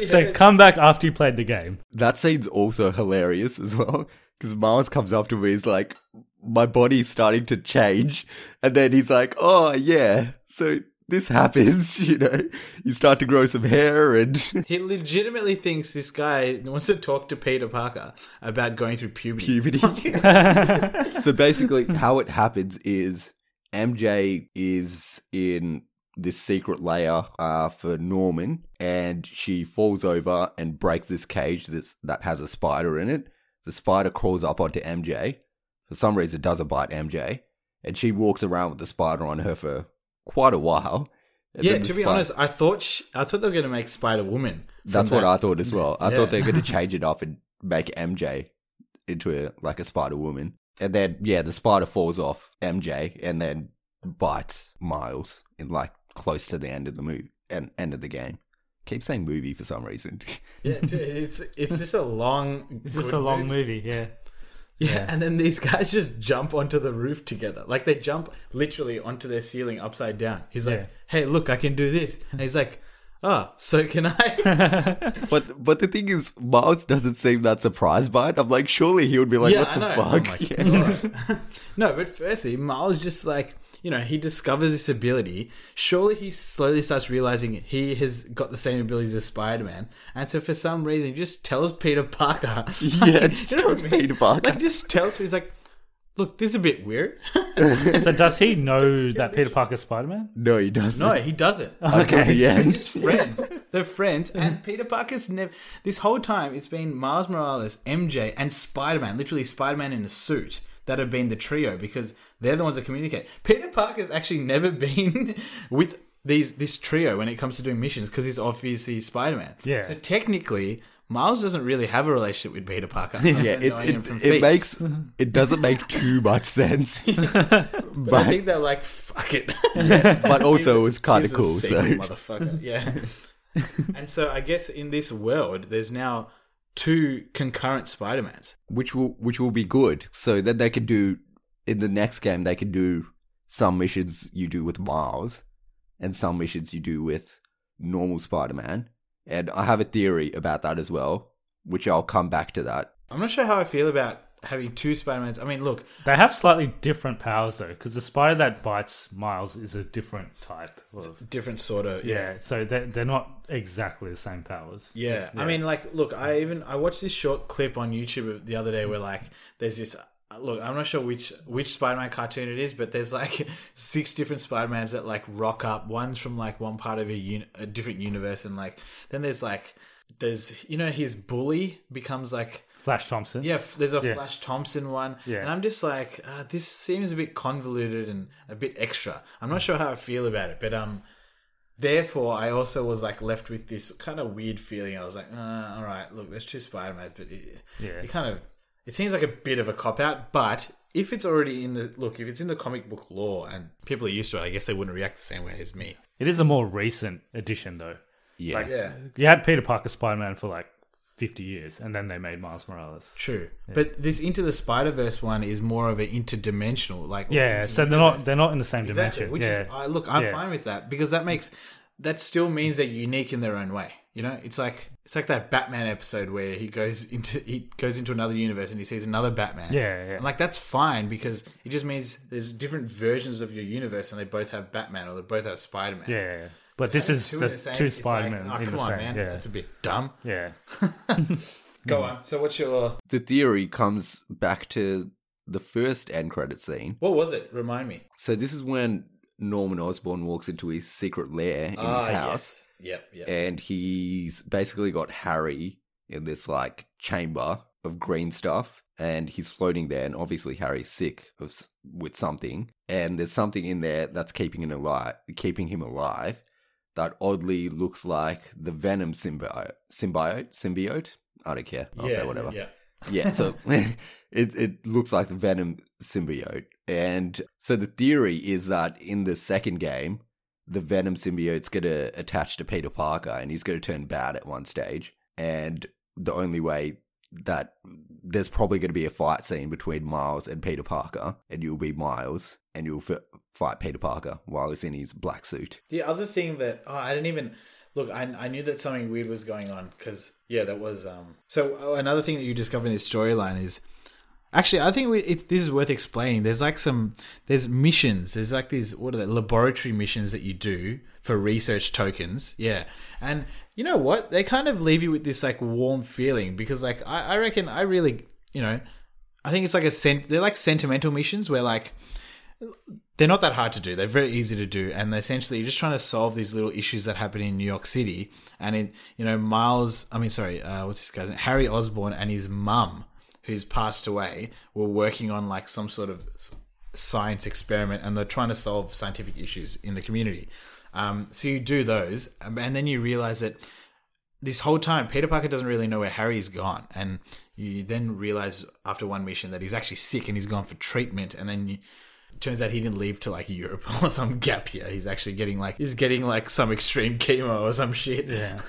[SPEAKER 1] so come back after you played the game.
[SPEAKER 2] That scene's also hilarious as well because Miles comes up to me, he's like, "My body's starting to change," and then he's like, "Oh yeah, so." This happens, [laughs] you know. You start to grow some hair, and
[SPEAKER 3] he legitimately thinks this guy wants to talk to Peter Parker about going through puberty. [laughs]
[SPEAKER 2] puberty. so basically, how it happens is MJ is in this secret layer uh, for Norman, and she falls over and breaks this cage that's, that has a spider in it. The spider crawls up onto MJ. For some reason, it doesn't bite MJ, and she walks around with the spider on her for quite a while. And
[SPEAKER 3] yeah,
[SPEAKER 2] then the
[SPEAKER 3] to be
[SPEAKER 2] spi-
[SPEAKER 3] honest, I thought sh I thought they were going to make Spider Woman.
[SPEAKER 2] that's what I thought as well. I
[SPEAKER 3] Yeah.
[SPEAKER 2] thought they were going to change it up and make MJ into a, like a Spider Woman, and then yeah, the spider falls off MJ and then bites Miles in like close to the end of the movie and end of the game. Keep saying movie for some reason. [laughs]
[SPEAKER 3] Yeah, dude, it's it's just a long.
[SPEAKER 1] It's just
[SPEAKER 3] good
[SPEAKER 1] a long movie. Yeah.
[SPEAKER 2] [laughs]
[SPEAKER 3] Yeah, and then these guys just jump onto the roof together. Like they jump literally onto their ceiling upside down. He's like,
[SPEAKER 1] Yeah.
[SPEAKER 3] "Hey, look, I can do this," and he's like, "Oh, so can I?"
[SPEAKER 2] but but the thing is, Miles doesn't seem that surprised by it. I'm like, surely he would be [laughs] like,
[SPEAKER 3] [laughs] Yeah,
[SPEAKER 2] what the
[SPEAKER 3] I know. Oh
[SPEAKER 2] fuck?
[SPEAKER 3] my
[SPEAKER 2] [laughs] Yeah.
[SPEAKER 3] [laughs] no, but firstly, Miles just like you know he discovers this ability. Surely he slowly starts realizing he has got the same abilities as Spider Man, and so for some reason, he just tells Peter Parker. [laughs]
[SPEAKER 2] Yeah, just
[SPEAKER 3] You know
[SPEAKER 2] tells
[SPEAKER 3] what I mean?
[SPEAKER 2] Peter Parker.
[SPEAKER 3] Like just tells me he's like, "Look, this is a bit weird."
[SPEAKER 1] [laughs] So does he know that Peter Parker's Spider Man?
[SPEAKER 2] No, he doesn't.
[SPEAKER 3] No, he doesn't.
[SPEAKER 2] Until the
[SPEAKER 3] They're
[SPEAKER 2] end. [laughs]
[SPEAKER 3] just friends. They're friends. And Peter Parker's never. This whole time, it's been Miles Morales, MJ, and Spider Man. Literally, Spider Man in a suit that have been the trio because they're the ones that communicate. Peter Parker's actually never [laughs] been with these this trio when it comes to doing missions because he's obviously Spider Man.
[SPEAKER 1] Yeah.
[SPEAKER 3] So technically. Miles doesn't really have a relationship with Peter Parker.
[SPEAKER 2] Yeah, it, it, it makes it doesn't make too much
[SPEAKER 3] [laughs]
[SPEAKER 2] sense.
[SPEAKER 3] But I think they're like, "Fuck it."
[SPEAKER 2] but also it was kind of
[SPEAKER 3] He's a
[SPEAKER 2] cool.
[SPEAKER 3] sick
[SPEAKER 2] So [laughs]
[SPEAKER 3] motherfucker. Yeah. and so I guess in this world, there's now two concurrent Spider Mans.
[SPEAKER 2] which will which will be good. So then they can do in the next game they can do some missions you do with Miles, and some missions you do with normal Spider Man. And I have a theory about that as well, which I'll come back to that.
[SPEAKER 3] I'm not sure how I feel about having two Spider Mans. I mean, look,
[SPEAKER 1] They have slightly different powers though, because the spider that bites Miles is a different type of.
[SPEAKER 3] different sort of
[SPEAKER 1] Yeah, so they're, they're not exactly the same powers.
[SPEAKER 3] Yeah. I mean, like, look, I even I watched this short clip on YouTube the other day where like there's this. Look, I'm not sure which which Spider-Man cartoon it is, but there's like [laughs] six different Spider-Mans that like rock up. One's from like one part of a, uni- a different universe, and like then there's like there's you know his bully becomes like
[SPEAKER 1] Flash Thompson.
[SPEAKER 3] yeah. f- There's a
[SPEAKER 1] Yeah.
[SPEAKER 3] Flash Thompson one,
[SPEAKER 1] Yeah.
[SPEAKER 3] and I'm just like uh, this seems a bit convoluted and a bit extra. I'm not sure how I feel about it, but um, therefore I also was like left with this kind of weird feeling. I was like, uh, all right, look, there's two Spider Man, but it,
[SPEAKER 1] Yeah.
[SPEAKER 3] it kind of it seems like a bit of a cop out. But if it's already in the look, if it's in the comic book lore and people are used to it, I guess they wouldn't react the same way as me.
[SPEAKER 1] It is a more recent addition though.
[SPEAKER 2] Yeah,
[SPEAKER 1] Like-
[SPEAKER 3] Yeah.
[SPEAKER 1] You had Peter Parker Spider Man for like 50 years, and then they made Miles Morales.
[SPEAKER 3] True, but this Into the Spider Verse one is more of an interdimensional, like
[SPEAKER 1] Yeah, so they're not they're not in the same
[SPEAKER 3] Exactly.
[SPEAKER 1] dimension.
[SPEAKER 3] Which
[SPEAKER 1] yeah.
[SPEAKER 3] is I look, I'm
[SPEAKER 1] Yeah.
[SPEAKER 3] fine with that because that makes that still means they're unique in their own way. You know, it's like it's like that Batman episode where he goes into he goes into another universe and he sees another Batman.
[SPEAKER 1] Yeah, yeah.
[SPEAKER 3] And like that's fine because it just means there's different versions of your universe and they both have Batman or they both have Spider Man.
[SPEAKER 1] Yeah, yeah, yeah. But this is
[SPEAKER 3] two,
[SPEAKER 1] the
[SPEAKER 3] in the same,
[SPEAKER 1] two
[SPEAKER 3] it's like,
[SPEAKER 1] Spider-Man
[SPEAKER 3] oh,
[SPEAKER 1] in
[SPEAKER 3] come
[SPEAKER 1] the
[SPEAKER 3] on,
[SPEAKER 1] same.
[SPEAKER 3] man,
[SPEAKER 1] yeah.
[SPEAKER 3] that's a bit
[SPEAKER 1] [laughs]
[SPEAKER 3] dumb. [laughs]
[SPEAKER 1] yeah.
[SPEAKER 3] Go on. So what's your
[SPEAKER 2] The theory comes back to the first end credit scene.
[SPEAKER 3] what was it? Remind me.
[SPEAKER 2] So this is when Norman Osborn walks into his secret lair in his house.
[SPEAKER 3] Ah,
[SPEAKER 2] Eh,
[SPEAKER 3] Yes. Yep. Yep.
[SPEAKER 2] and he's basically got Harry in this like chamber of green stuff, and he's floating there. And obviously, Harry's sick of s- with something, and there's something in there that's keeping him alive, keeping him alive. That oddly looks like the Venom symbiote, symbiote, symbiote. I don't care. I'll
[SPEAKER 3] yeah,
[SPEAKER 2] say whatever.
[SPEAKER 3] Yeah.
[SPEAKER 2] Yeah, so [laughs] it it looks like the Venom symbiote. And so the theory is that in the second game, the Venom symbiote's going to attach to Peter Parker and he's going to turn bad at one stage. And the only way that there's probably going to be a fight scene between Miles and Peter Parker, and you'll be Miles and you'll f- fight Peter Parker while he's in his black suit.
[SPEAKER 3] The other thing that oh, I didn't even look, I, I knew that something weird was going on because yeah, that was um. So oh, another thing that you discover in this storyline is actually I think we, it, this is worth explaining. There's like some there's missions. There's like these what are they laboratory missions that you do for research tokens. Yeah, and you know what? They kind of leave you with this like warm feeling because like I, I reckon I really you know. I think it's like a sent. They're like sentimental missions where like they're not that hard to do. They're very easy to do, and they're essentially just trying to solve these little issues that happen in New York City. And in you know Miles, I mean, sorry, uh, what's this guy's name? Harry Osborne and his mum, who's passed away, were working on like some sort of s- science experiment, and they're trying to solve scientific issues in the community. Um, so you do those, um, and then you realize that this whole time Peter Parker doesn't really know where Harry's gone, and you then realize after one mission that he's actually sick and he's gone for treatment, and then you turns out he didn't leave to like Europe [laughs] or some gap year. He's actually getting like he's getting like some extreme chemo or some shit. [laughs]
[SPEAKER 1] Yeah.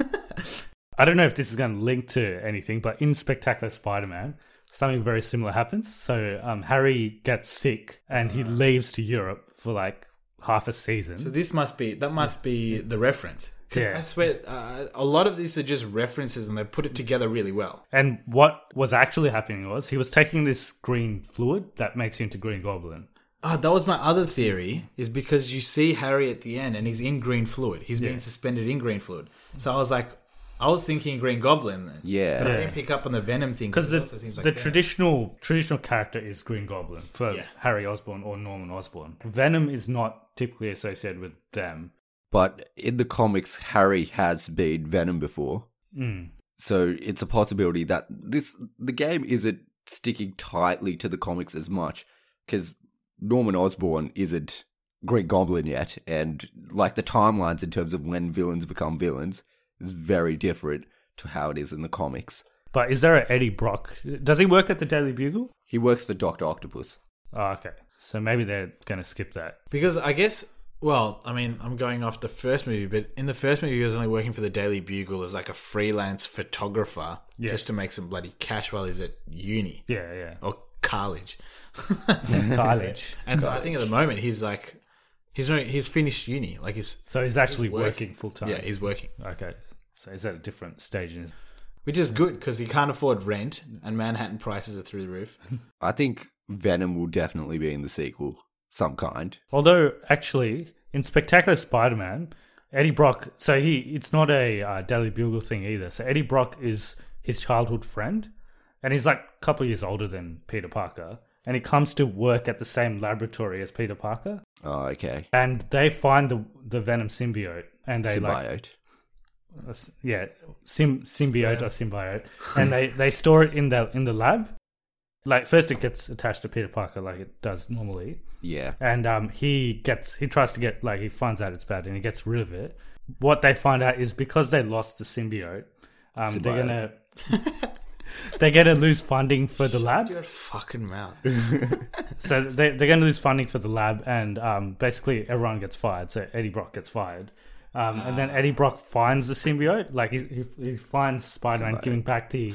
[SPEAKER 1] I don't know if this is going to link to anything, but in Spectacular Spider Man, something very similar happens. So um, Harry gets sick and he leaves to Europe for like half a season.
[SPEAKER 3] Ah. So this must be that must be the reference because
[SPEAKER 1] Yeah.
[SPEAKER 3] I swear uh, a lot of these are just references and they put it together really well.
[SPEAKER 1] and what was actually happening was he was taking this green fluid that makes you into Green Goblin.
[SPEAKER 3] Oh, that was my other theory is because you see Harry at the end and he's in green fluid. He's being suspended in green fluid. So I was like, I was thinking Green Goblin then.
[SPEAKER 2] Yeah.
[SPEAKER 3] but I
[SPEAKER 1] Yeah.
[SPEAKER 3] didn't pick up on the Venom thing
[SPEAKER 1] Because
[SPEAKER 3] it
[SPEAKER 1] the,
[SPEAKER 3] also seems like
[SPEAKER 1] the
[SPEAKER 3] Venom.
[SPEAKER 1] traditional traditional character is Green Goblin for
[SPEAKER 3] Yeah.
[SPEAKER 1] Harry Osborn or Norman Osborn. Venom is not typically associated with them.
[SPEAKER 2] But in the comics, Harry has been Venom before.
[SPEAKER 1] Mm.
[SPEAKER 2] So it's a possibility that this the game isn't sticking tightly to the comics as much because Norman Osborn isn't Green Goblin yet, and like the timelines in terms of when villains become villains is very different to how it is in the comics.
[SPEAKER 1] But is there an Eddie Brock? Does he work at the Daily Bugle?
[SPEAKER 2] He works for Doctor Octopus.
[SPEAKER 1] Oh, okay. So maybe they're going to skip that.
[SPEAKER 3] Because I guess, well, I mean, I'm going off the first movie, but in the first movie, he was only working for the Daily Bugle as like a freelance photographer
[SPEAKER 1] Yeah.
[SPEAKER 3] just to make some bloody cash while he's at uni
[SPEAKER 1] Yeah, yeah.
[SPEAKER 3] or college. [laughs]
[SPEAKER 1] College.
[SPEAKER 3] And so I think at the moment he's like, he's not, he's finished uni, like he's
[SPEAKER 1] So he's actually
[SPEAKER 3] working.
[SPEAKER 1] working full time.
[SPEAKER 3] yeah he's working,
[SPEAKER 1] Okay. So is that a different stage in his
[SPEAKER 3] which is good because he can't afford rent and Manhattan prices are through the roof. [laughs]
[SPEAKER 2] I think Venom will definitely be in the sequel, some kind.
[SPEAKER 1] Although, actually, in Spectacular Spider-Man, Eddie Brock. So he, it's not a uh, Daily Bugle thing either. So Eddie Brock is his childhood friend, and he's like a couple of years older than Peter Parker, and he comes to work at the same laboratory as Peter Parker,
[SPEAKER 2] Oh, okay.
[SPEAKER 1] and they find the the Venom symbiote, and they like
[SPEAKER 2] Symbiote.
[SPEAKER 1] a s- yeah, sym symbiote or symbiote, and they they store it in the in the lab. Like first, it gets attached to Peter Parker, like it does normally,
[SPEAKER 2] yeah.
[SPEAKER 1] and um, he gets he tries to get like he finds out it's bad and he gets rid of it. What they find out is because they lost the symbiote, um, they're
[SPEAKER 2] Symbiote.
[SPEAKER 1] gonna they're gonna [laughs] lose funding for the lab.
[SPEAKER 3] Your fucking
[SPEAKER 1] [laughs]
[SPEAKER 3] mouth.
[SPEAKER 1] So they they're gonna lose funding for the lab, and um, basically everyone gets fired. So Eddie Brock gets fired. Um, and then Eddie Brock finds the symbiote, like he's, he, he finds Spider-Man giving back the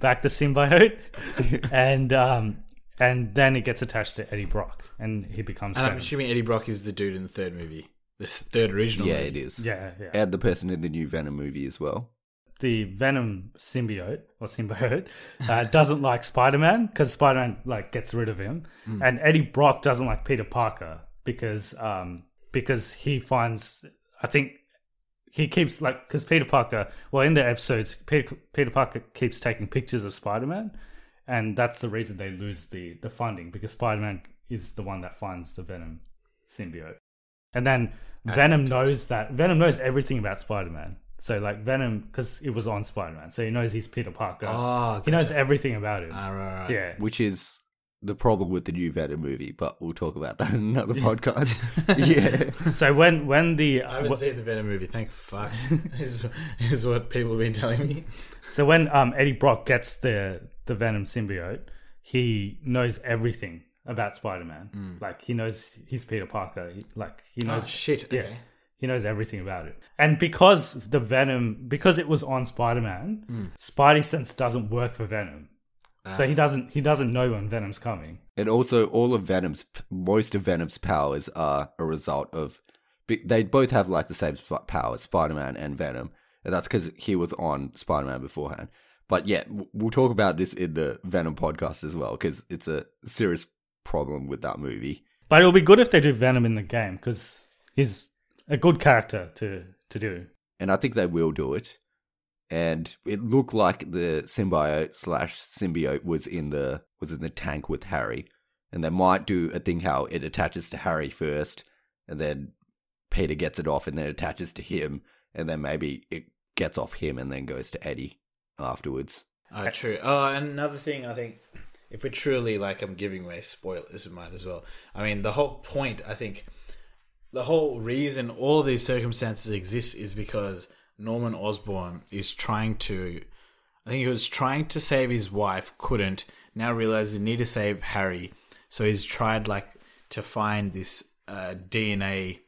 [SPEAKER 1] back the
[SPEAKER 3] [laughs]
[SPEAKER 1] symbiote, and um, and then it gets attached to Eddie Brock, and he becomes.
[SPEAKER 3] And I'm
[SPEAKER 1] Venom.
[SPEAKER 3] assuming Eddie Brock is the dude in the third movie. the third original.
[SPEAKER 2] Yeah,
[SPEAKER 3] movie.
[SPEAKER 2] it is.
[SPEAKER 1] Yeah, yeah.
[SPEAKER 2] And the person in the new Venom movie as well.
[SPEAKER 1] the Venom symbiote or symbiote uh, doesn't like Spider Man because Spider Man like gets rid of him, and Eddie Brock doesn't like Peter Parker because um because he finds I think he keeps like because Peter Parker well in the episodes Peter Peter Parker keeps taking pictures of Spider Man, and that's the reason they lose the the funding because Spider Man is the one that finds the Venom symbiote. And then Venom knows that Venom knows everything about Spider Man. So like Venom, because it was on Spider Man, so he knows he's Peter Parker.
[SPEAKER 3] Ah,
[SPEAKER 1] he knows everything about him.
[SPEAKER 3] Ah, right, right.
[SPEAKER 1] Yeah,
[SPEAKER 2] which is the problem with the new Venom movie, but we'll talk about that in another podcast. yeah.
[SPEAKER 1] so when when the
[SPEAKER 3] [laughs] I haven't
[SPEAKER 1] wh-
[SPEAKER 3] seen the Venom movie. Thank fuck. [laughs] is is what people have been telling me.
[SPEAKER 1] so when um Eddie Brock gets the the Venom symbiote, he knows everything about Spider Man. Like he knows he's Peter Parker. He- like he knows
[SPEAKER 3] Hmm. Oh shit.
[SPEAKER 1] Yeah.
[SPEAKER 3] Okay.
[SPEAKER 1] He knows everything about it. And because the Venom, because it was on Spider Man,
[SPEAKER 3] Hmm.
[SPEAKER 1] Spidey sense doesn't work for Venom.
[SPEAKER 3] Ah.
[SPEAKER 1] so he doesn't he doesn't know when Venom's coming.
[SPEAKER 2] And also, all of Venom's, most of Venom's powers are a result of. be- They both have like the same sp- powers, Spider Man and Venom. And that's because he was on Spider Man beforehand. But yeah, w- we'll talk about this in the Venom podcast as well, because it's a serious problem with that movie.
[SPEAKER 1] But it'll be good if they do Venom in the game because he's a good character to to do.
[SPEAKER 2] and I think they will do it. And it looked like the symbiote slash symbiote was in the was in the tank with Harry, and they might do a thing how it attaches to Harry first, and then Peter gets it off, and then attaches to him, and then maybe it gets off him, and then goes to Eddie afterwards.
[SPEAKER 3] Oh, true. Oh, and another thing I think, if we're truly like, I'm giving away spoilers, we might as well. I mean, the whole point, I think, the whole reason all these circumstances exist is because Norman Osborn is trying to, I think he was trying to save his wife, couldn't, now realizes he need to save Harry. So he's tried like to find this uh, DNA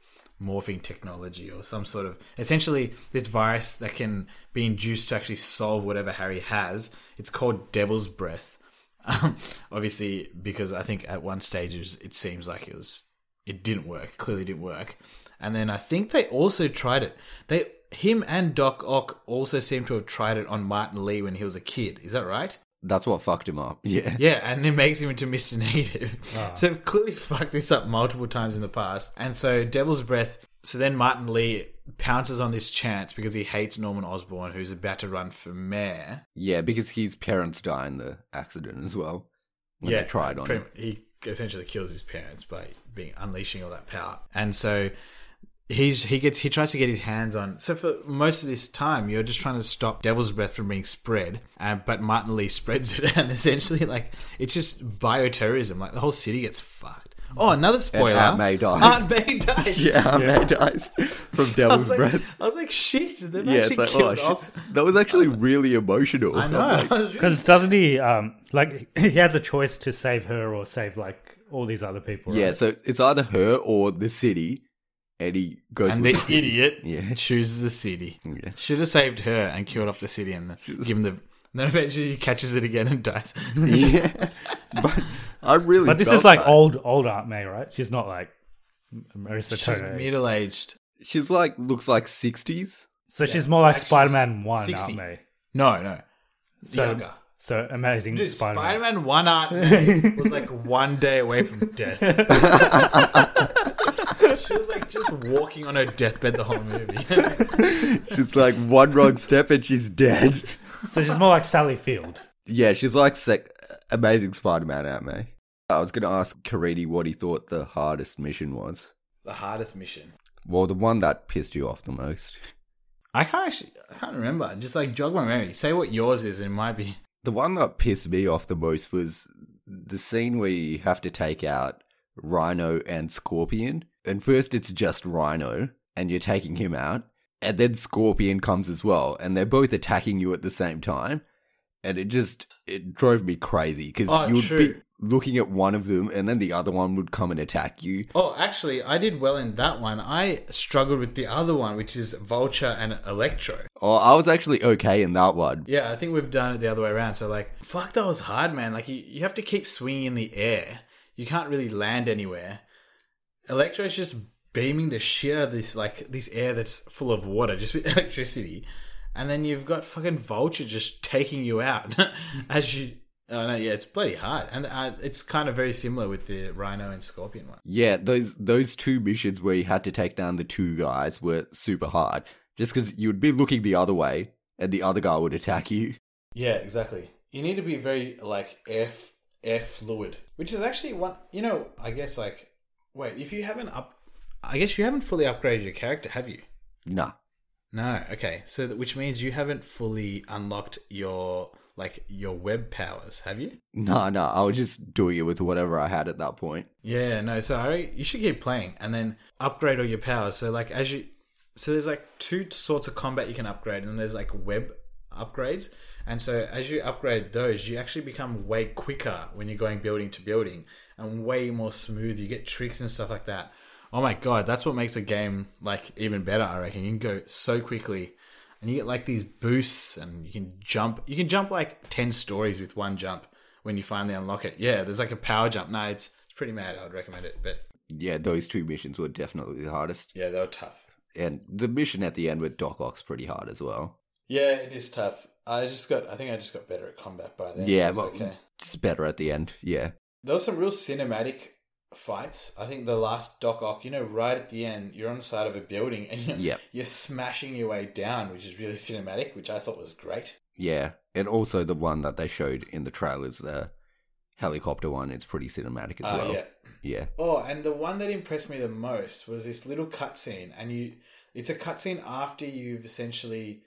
[SPEAKER 3] morphing technology or some sort of essentially this virus that can be induced to actually solve whatever Harry has. It's called Devil's Breath. Um, obviously, because I think at one stage it, was- it seems like it was it didn't work. Clearly, didn't work. And then I think they also tried it. They him and Doc Ock also seem to have tried it on Martin Lee when he was a kid. Is that right?
[SPEAKER 2] That's what fucked him up. [laughs] Yeah,
[SPEAKER 3] [laughs] Yeah, and it makes him into Mr. Negative. So clearly fucked this up multiple times in the past. And so Devil's Breath. So then Martin Lee pounces on this chance because he hates Norman Osborn, who's about to run for mayor.
[SPEAKER 2] yeah, because his parents die in the accident as well. When they tried on
[SPEAKER 3] pretty
[SPEAKER 2] him.
[SPEAKER 3] mu- He essentially kills his parents by being unleashing all that power, and so he's he gets he tries to get his hands on. So for most of this time, you're just trying to stop Devil's Breath from being spread, uh, but Martin Lee [laughs] spreads it, and essentially like it's just bioterrorism. Like the whole city gets fucked. Oh, another spoiler.
[SPEAKER 2] Aunt May dies.
[SPEAKER 3] Aunt
[SPEAKER 2] [laughs]
[SPEAKER 3] May
[SPEAKER 2] [laughs]
[SPEAKER 3] dies.
[SPEAKER 2] Yeah,
[SPEAKER 1] Yeah.
[SPEAKER 2] man dies from
[SPEAKER 3] I
[SPEAKER 2] Devil's
[SPEAKER 3] was, like,
[SPEAKER 2] Breath.
[SPEAKER 3] I was like, shit, they've
[SPEAKER 2] Yeah,
[SPEAKER 3] actually
[SPEAKER 2] it's like, oh,
[SPEAKER 3] killed
[SPEAKER 2] shit.
[SPEAKER 3] off.
[SPEAKER 2] that was actually really emotional. [laughs]
[SPEAKER 3] I know.
[SPEAKER 2] I'm
[SPEAKER 3] I [laughs]
[SPEAKER 2] like,
[SPEAKER 3] was really
[SPEAKER 1] Because doesn't he um like [laughs] he has a choice to save her or save like all these other people?
[SPEAKER 2] yeah,
[SPEAKER 1] right?
[SPEAKER 2] so it's either her or the city, and he goes
[SPEAKER 3] and
[SPEAKER 2] with
[SPEAKER 3] the
[SPEAKER 2] the city.
[SPEAKER 3] idiot
[SPEAKER 2] Yeah.
[SPEAKER 3] chooses the city.
[SPEAKER 2] Yeah.
[SPEAKER 3] Should have saved her and killed off the city and then give him the. Then eventually he catches it again and
[SPEAKER 2] [laughs]
[SPEAKER 3] dies.
[SPEAKER 2] [laughs]
[SPEAKER 3] [laughs]
[SPEAKER 2] yeah, but I really.
[SPEAKER 1] but this
[SPEAKER 2] felt
[SPEAKER 1] is like
[SPEAKER 2] that.
[SPEAKER 1] old old Aunt May, right? She's not like Marissa
[SPEAKER 3] She's
[SPEAKER 1] Tomei.
[SPEAKER 3] middle aged.
[SPEAKER 2] She's like looks like sixties.
[SPEAKER 1] so she's more like
[SPEAKER 3] actually,
[SPEAKER 1] Spider Man One
[SPEAKER 3] 60.
[SPEAKER 1] Aunt May.
[SPEAKER 3] No, no.
[SPEAKER 1] So,
[SPEAKER 3] Younger.
[SPEAKER 1] So amazing
[SPEAKER 3] Dude,
[SPEAKER 1] Spider
[SPEAKER 3] Spider
[SPEAKER 1] Man.
[SPEAKER 3] Man
[SPEAKER 2] [laughs]
[SPEAKER 3] 1 Art May was like one day away from death. she was like just walking on her deathbed the whole movie. [laughs]
[SPEAKER 2] She's like one wrong step and she's dead. [laughs]
[SPEAKER 1] So she's more like Sally Field.
[SPEAKER 2] Yeah, she's like sec- amazing Spider-Man out me. I was gonna ask Karidi what he thought the hardest mission was.
[SPEAKER 3] the hardest mission.
[SPEAKER 2] Well, the one that pissed you off the most.
[SPEAKER 3] I can't actually. I can't remember. Just like jog my memory. Say what yours is, and it might be.
[SPEAKER 2] The one that pissed me off the most was the scene where you have to take out Rhino and Scorpion. And first, it's just Rhino, and you're taking him out. And then Scorpion comes as well, and they're both attacking you at the same time. And it just it drove me crazy because
[SPEAKER 3] Oh,
[SPEAKER 2] you'd be
[SPEAKER 3] true.
[SPEAKER 2] looking at one of them, and then the other one would come and attack you.
[SPEAKER 3] Oh, actually, I did well in that one. I struggled with the other one, which is Vulture and Electro.
[SPEAKER 2] Oh, I was actually okay in that one.
[SPEAKER 3] Yeah, I think we've done it the other way around. So, like, fuck, that was hard, man. Like, you, you have to keep swinging in the air. You can't really land anywhere. Electro's just beaming the shit out of this like this air that's full of water, just with [laughs] electricity, and then you've got fucking Vulture just taking you out [laughs] as you. Oh no, yeah, it's bloody hard, and uh, it's kind of very similar with the Rhino and Scorpion one.
[SPEAKER 2] Yeah, those those two missions where you had to take down the two guys were super hard, just because you would be looking the other way and the other guy would attack you.
[SPEAKER 3] Yeah, exactly. You need to be very like air air fluid, which is actually one. You know, I guess like wait, if you haven't up, I guess you haven't fully upgraded your character, have you?
[SPEAKER 2] Nah,
[SPEAKER 3] No. Okay. So that, which means you haven't fully unlocked your like your web powers, have you?
[SPEAKER 2] [laughs] nah, nah. I was just doing it with whatever I had at that point.
[SPEAKER 3] Yeah, no, so I, you should keep playing and then upgrade all your powers. So like as you so there's like two sorts of combat you can upgrade and there's like web upgrades. And so as you upgrade those, you actually become way quicker when you're going building to building and way more smooth. You get tricks and stuff like that. Oh my god, that's what makes a game like even better, I reckon. You can go so quickly and you get like these boosts and you can jump you can jump like 10 stories with one jump when you finally unlock it yeah there's like a power jump no it's, it's pretty mad i would recommend it but
[SPEAKER 2] Yeah, those two missions were definitely the hardest,
[SPEAKER 3] yeah they were tough
[SPEAKER 2] and the mission at the end with Doc Ock's pretty hard as well.
[SPEAKER 3] yeah it is tough i just got i think i just got better at combat by then so
[SPEAKER 2] yeah,
[SPEAKER 3] it's
[SPEAKER 2] but
[SPEAKER 3] okay
[SPEAKER 2] it's better at the end. Yeah,
[SPEAKER 3] there was some real cinematic fights i think the last doc ock you know right at the end you're on the side of a building and [laughs] you're,
[SPEAKER 2] Yep.
[SPEAKER 3] you're smashing your way down which is really cinematic which i thought was great
[SPEAKER 2] yeah, and also the one that they showed in the trailers, the helicopter one. It's pretty cinematic as
[SPEAKER 3] Ah,
[SPEAKER 2] well.
[SPEAKER 3] yeah.
[SPEAKER 2] yeah,
[SPEAKER 3] Oh, and the one that impressed me the most was this little cutscene, and you. It's a cutscene after you've essentially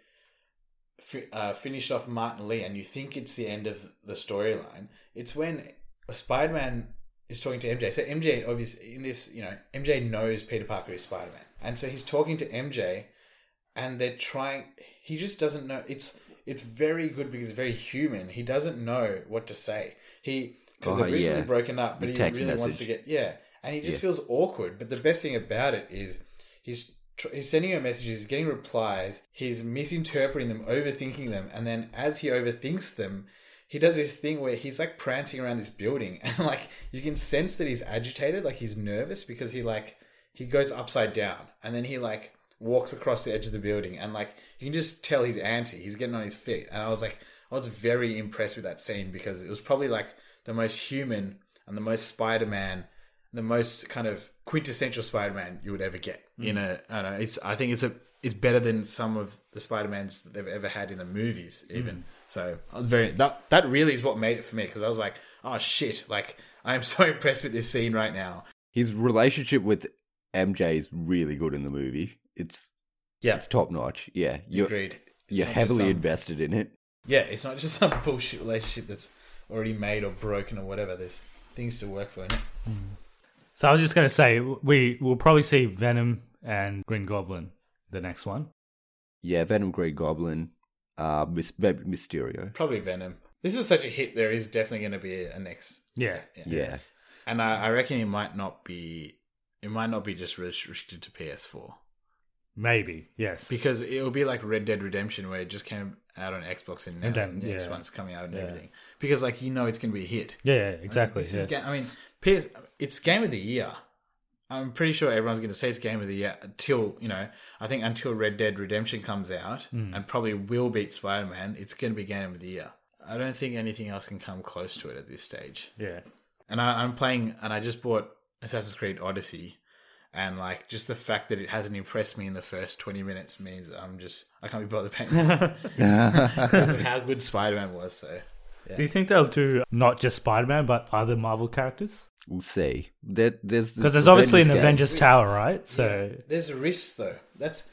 [SPEAKER 3] fi- uh, finished off Martin Lee, and you think it's the end of the storyline. It's when Spider Man is talking to MJ. So MJ, obviously, in this, you know, MJ knows Peter Parker is Spider Man, and so he's talking to MJ, and they're trying. He just doesn't know. It's it's very good because it's very human. He doesn't know what to say. He because
[SPEAKER 2] Oh,
[SPEAKER 3] they've recently
[SPEAKER 2] yeah.
[SPEAKER 3] broken up, Uh, but
[SPEAKER 2] The
[SPEAKER 3] he
[SPEAKER 2] text
[SPEAKER 3] really wants to
[SPEAKER 2] message.
[SPEAKER 3] get yeah, and he just
[SPEAKER 2] Yeah.
[SPEAKER 3] feels awkward. But the best thing about it is he's tr- he's sending her messages, he's getting replies, he's misinterpreting them, overthinking them, and then as he overthinks them, he does this thing where he's like prancing around this building, [laughs] and like you can sense that he's agitated, like he's nervous because he like he goes upside down, and then he like walks across the edge of the building, and like you can just tell he's antsy, he's getting on his feet, and I was like. I was very impressed with that scene because it was probably like the most human and the most Spider-Man, the most kind of quintessential Spider-Man you would ever get. In a, I don't know, it's I think it's a it's better than some of the Spider-Mans that they've ever had in the movies, even. So I was very Mm. that that really is what made it for me because I was like, oh shit, like I am [laughs] so impressed with this scene right now.
[SPEAKER 2] his relationship with MJ is really good in the movie. It's
[SPEAKER 3] Yeah,
[SPEAKER 2] it's top notch. Yeah, you're
[SPEAKER 3] agreed. It's
[SPEAKER 2] you're
[SPEAKER 3] not just
[SPEAKER 2] heavily
[SPEAKER 3] some-
[SPEAKER 2] invested in it.
[SPEAKER 3] Yeah, it's not just [laughs] some bullshit relationship that's already made or broken or whatever. There's things to work for. innit?
[SPEAKER 1] So I was just going to say we will probably see Venom and Green Goblin the next one.
[SPEAKER 2] Yeah, Venom, Green Goblin, uh, Mis- Mysterio. Mysterio.
[SPEAKER 3] Probably Venom. This is such a hit. There is definitely going to be a next.
[SPEAKER 1] Yeah.
[SPEAKER 2] Yeah,
[SPEAKER 3] and I, I reckon it might not be. It might not be just restricted to PS4
[SPEAKER 1] Maybe yes.
[SPEAKER 3] because it will be like Red Dead Redemption, where it just came out on Xbox and now
[SPEAKER 1] And then,
[SPEAKER 3] next
[SPEAKER 1] yeah.
[SPEAKER 3] one's coming out and
[SPEAKER 1] Yeah.
[SPEAKER 3] everything. Because like you know, it's going to be a hit.
[SPEAKER 1] yeah, yeah, exactly.
[SPEAKER 3] This
[SPEAKER 1] Yeah.
[SPEAKER 3] is ga- I mean, PS, it's game of the year. I'm pretty sure everyone's going to say it's game of the year until you know. I think until Red Dead Redemption comes out
[SPEAKER 1] Hmm.
[SPEAKER 3] and probably will beat Spider Man, it's going to be game of the year. I don't think anything else can come close to it at this stage.
[SPEAKER 1] yeah.
[SPEAKER 3] And I, I'm playing, and I just bought Assassin's Creed Odyssey, and like just the fact that it hasn't impressed me in the first 20 minutes means I'm just I can't be bothered
[SPEAKER 1] [laughs]
[SPEAKER 3] paying [laughs] because of how good Spider Man was. So
[SPEAKER 1] Do you think they'll do not just Spider Man but other Marvel characters?
[SPEAKER 2] [laughs] we'll see. There, there's
[SPEAKER 1] Because there's obviously an
[SPEAKER 2] Avengers.
[SPEAKER 1] Avengers Tower, right? So
[SPEAKER 3] Yeah. there's a risk though. That's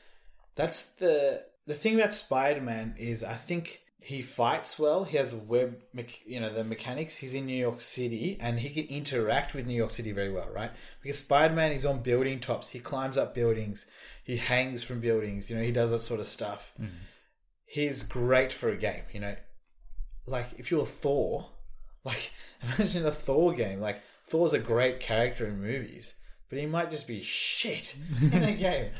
[SPEAKER 3] that's the the thing about Spider Man is I think he fights well. He has web, mech- you know, the mechanics. He's in New York City and he can interact with New York City very well, right? Because Spider Man is on building tops. He climbs up buildings. He hangs from buildings. You know, he does that sort of stuff. He's great for a game. You know, like if you're Thor, [laughs] like imagine a Thor game. Like Thor's a great character in movies, but he might just be shit [laughs] in a game.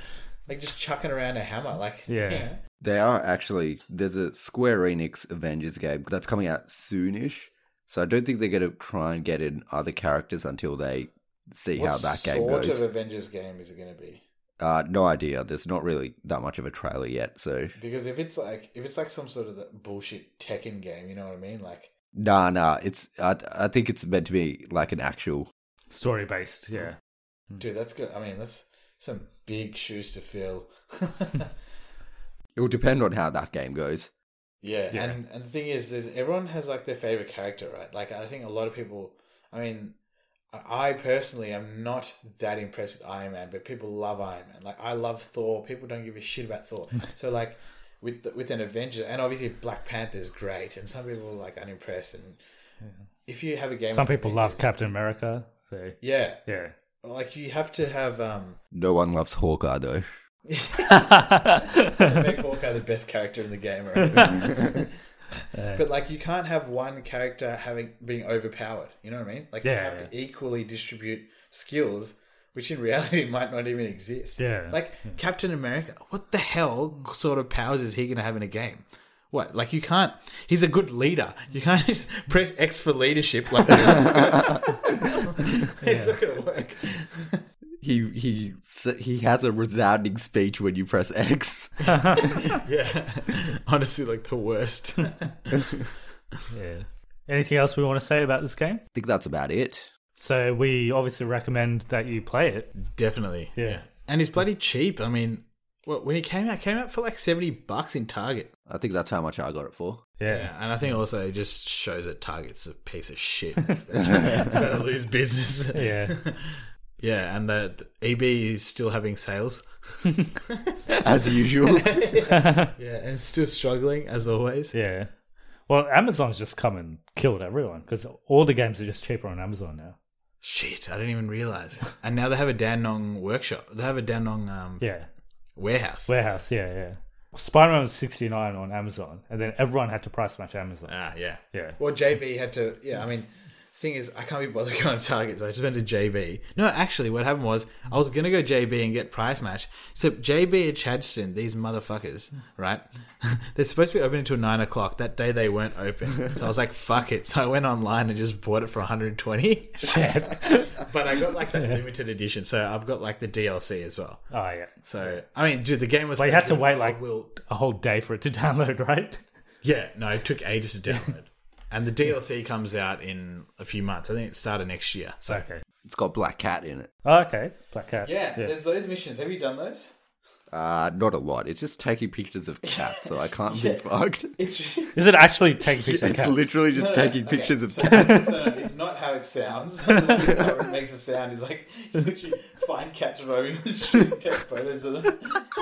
[SPEAKER 3] Like just chucking around a hammer. Like
[SPEAKER 1] Yeah.
[SPEAKER 3] you know.
[SPEAKER 2] They are actually. There's a Square Enix Avengers game that's coming out soonish. So I don't think they're going to try and get in other characters until they see
[SPEAKER 3] what
[SPEAKER 2] how that game
[SPEAKER 3] sort
[SPEAKER 2] goes.
[SPEAKER 3] of Avengers game is it going to be?
[SPEAKER 2] uh, no idea. There's not really that much of a trailer yet, so
[SPEAKER 3] Because if it's like if it's like some sort of that bullshit Tekken game, you know what I mean? Like
[SPEAKER 2] nah, nah. It's I, I think it's meant to be like an actual
[SPEAKER 1] Story based, yeah.
[SPEAKER 3] Dude, that's good. I mean, that's some big shoes to fill. [laughs]
[SPEAKER 2] It will depend on how that game goes.
[SPEAKER 3] yeah,
[SPEAKER 1] Yeah.
[SPEAKER 3] and and the thing is, there's everyone has like their favorite character, right? Like I think a lot of people. I mean, I I personally am not that impressed with Iron Man, but people love Iron Man. Like I love Thor. People don't give a shit about
[SPEAKER 1] [laughs]
[SPEAKER 3] Thor. so like. With, the, with an Avengers and obviously Black Panther's great and some people are like unimpressed and if you have a game
[SPEAKER 1] Some
[SPEAKER 3] like
[SPEAKER 1] people love
[SPEAKER 3] Avengers-
[SPEAKER 1] Captain America. So
[SPEAKER 3] yeah
[SPEAKER 1] yeah.
[SPEAKER 3] [laughs] like you have to have um
[SPEAKER 2] No one loves Hawkeye though.
[SPEAKER 3] make Hawkeye the best character in the game, [laughs] right? but like, you can't have one character having being overpowered. You know what I mean? Like, you
[SPEAKER 1] Yeah,
[SPEAKER 3] have to equally distribute skills, which in reality [laughs] might not even exist.
[SPEAKER 1] Yeah.
[SPEAKER 3] Like Captain America, what the hell sort of powers is he going to have in a game? What? Like, you can't. He's a good leader. You can't [laughs] just press X for leadership. Like, [laughs] it's not going to work.
[SPEAKER 2] He he s- he has a resounding speech when you press X.
[SPEAKER 3] Yeah. [laughs] Honestly, like the [laughs] worst.
[SPEAKER 1] Yeah. Anything else we want to say about this game?
[SPEAKER 2] I think that's about it.
[SPEAKER 1] So we obviously recommend that you play it.
[SPEAKER 3] Definitely.
[SPEAKER 1] Yeah.
[SPEAKER 3] And it's bloody cheap. I mean, well, when it came out, it came out for like 70 bucks in Target.
[SPEAKER 2] I think that's how much I got it for.
[SPEAKER 1] Yeah.
[SPEAKER 3] And I think also it just shows that Target's a piece
[SPEAKER 1] [laughs]
[SPEAKER 3] of shit. It's about it's about to lose business.
[SPEAKER 1] Yeah.
[SPEAKER 3] [laughs] Yeah. And that EB is still having sales. [laughs]
[SPEAKER 2] As usual. [laughs]
[SPEAKER 3] Yeah. And it's still struggling as always.
[SPEAKER 1] Yeah. Well, Amazon's just come and killed everyone because all the games are just cheaper on Amazon now.
[SPEAKER 3] Shit. I didn't even realize. And now they have a Dan Nong workshop. They have a Dan Nong um,
[SPEAKER 1] Yeah.
[SPEAKER 3] warehouse.
[SPEAKER 1] Warehouse. Yeah. Yeah. Spider Man was 69 on Amazon, and then everyone had to price match Amazon.
[SPEAKER 3] Ah, yeah.
[SPEAKER 1] Yeah.
[SPEAKER 3] Well, JB had to. Yeah, I mean, thing is, I can't be bothered going to Target, so I just went to JB. No, actually, what happened was I was gonna go JB and get Price Match. So JB at Chadston, these motherfuckers, right? [laughs] They're supposed to be open until nine o'clock. That day they weren't open, so I was like, "Fuck it." So I went online and just bought it
[SPEAKER 1] [laughs]
[SPEAKER 3] for 120. [laughs] but I got like that limited edition, so I've got like the DLC as well.
[SPEAKER 1] Oh, yeah.
[SPEAKER 3] So I mean, dude, the game was.
[SPEAKER 1] But you
[SPEAKER 3] so
[SPEAKER 1] had to
[SPEAKER 3] good,
[SPEAKER 1] wait
[SPEAKER 3] I
[SPEAKER 1] like
[SPEAKER 3] will-
[SPEAKER 1] a whole day for it to [laughs] download, right?
[SPEAKER 3] yeah, no, it took ages to download. and the DLC comes out in a few months. I think it started next year. So
[SPEAKER 1] Okay.
[SPEAKER 2] it's got Black Cat in it.
[SPEAKER 1] Oh, okay. Black Cat.
[SPEAKER 3] yeah, there's those missions. Have you done those? [laughs]
[SPEAKER 2] Uh, not a lot. It's just taking pictures of cats, so I can't be fucked.
[SPEAKER 3] It's,
[SPEAKER 1] Is it actually
[SPEAKER 3] [laughs]
[SPEAKER 1] taking pictures of
[SPEAKER 2] It's
[SPEAKER 1] cats?
[SPEAKER 2] literally just taking pictures of
[SPEAKER 3] so,
[SPEAKER 2] cats.
[SPEAKER 3] so it's not how it sounds. [laughs] how it makes a sound is like [laughs] you literally find cats roaming the street, and take photos of them. [laughs]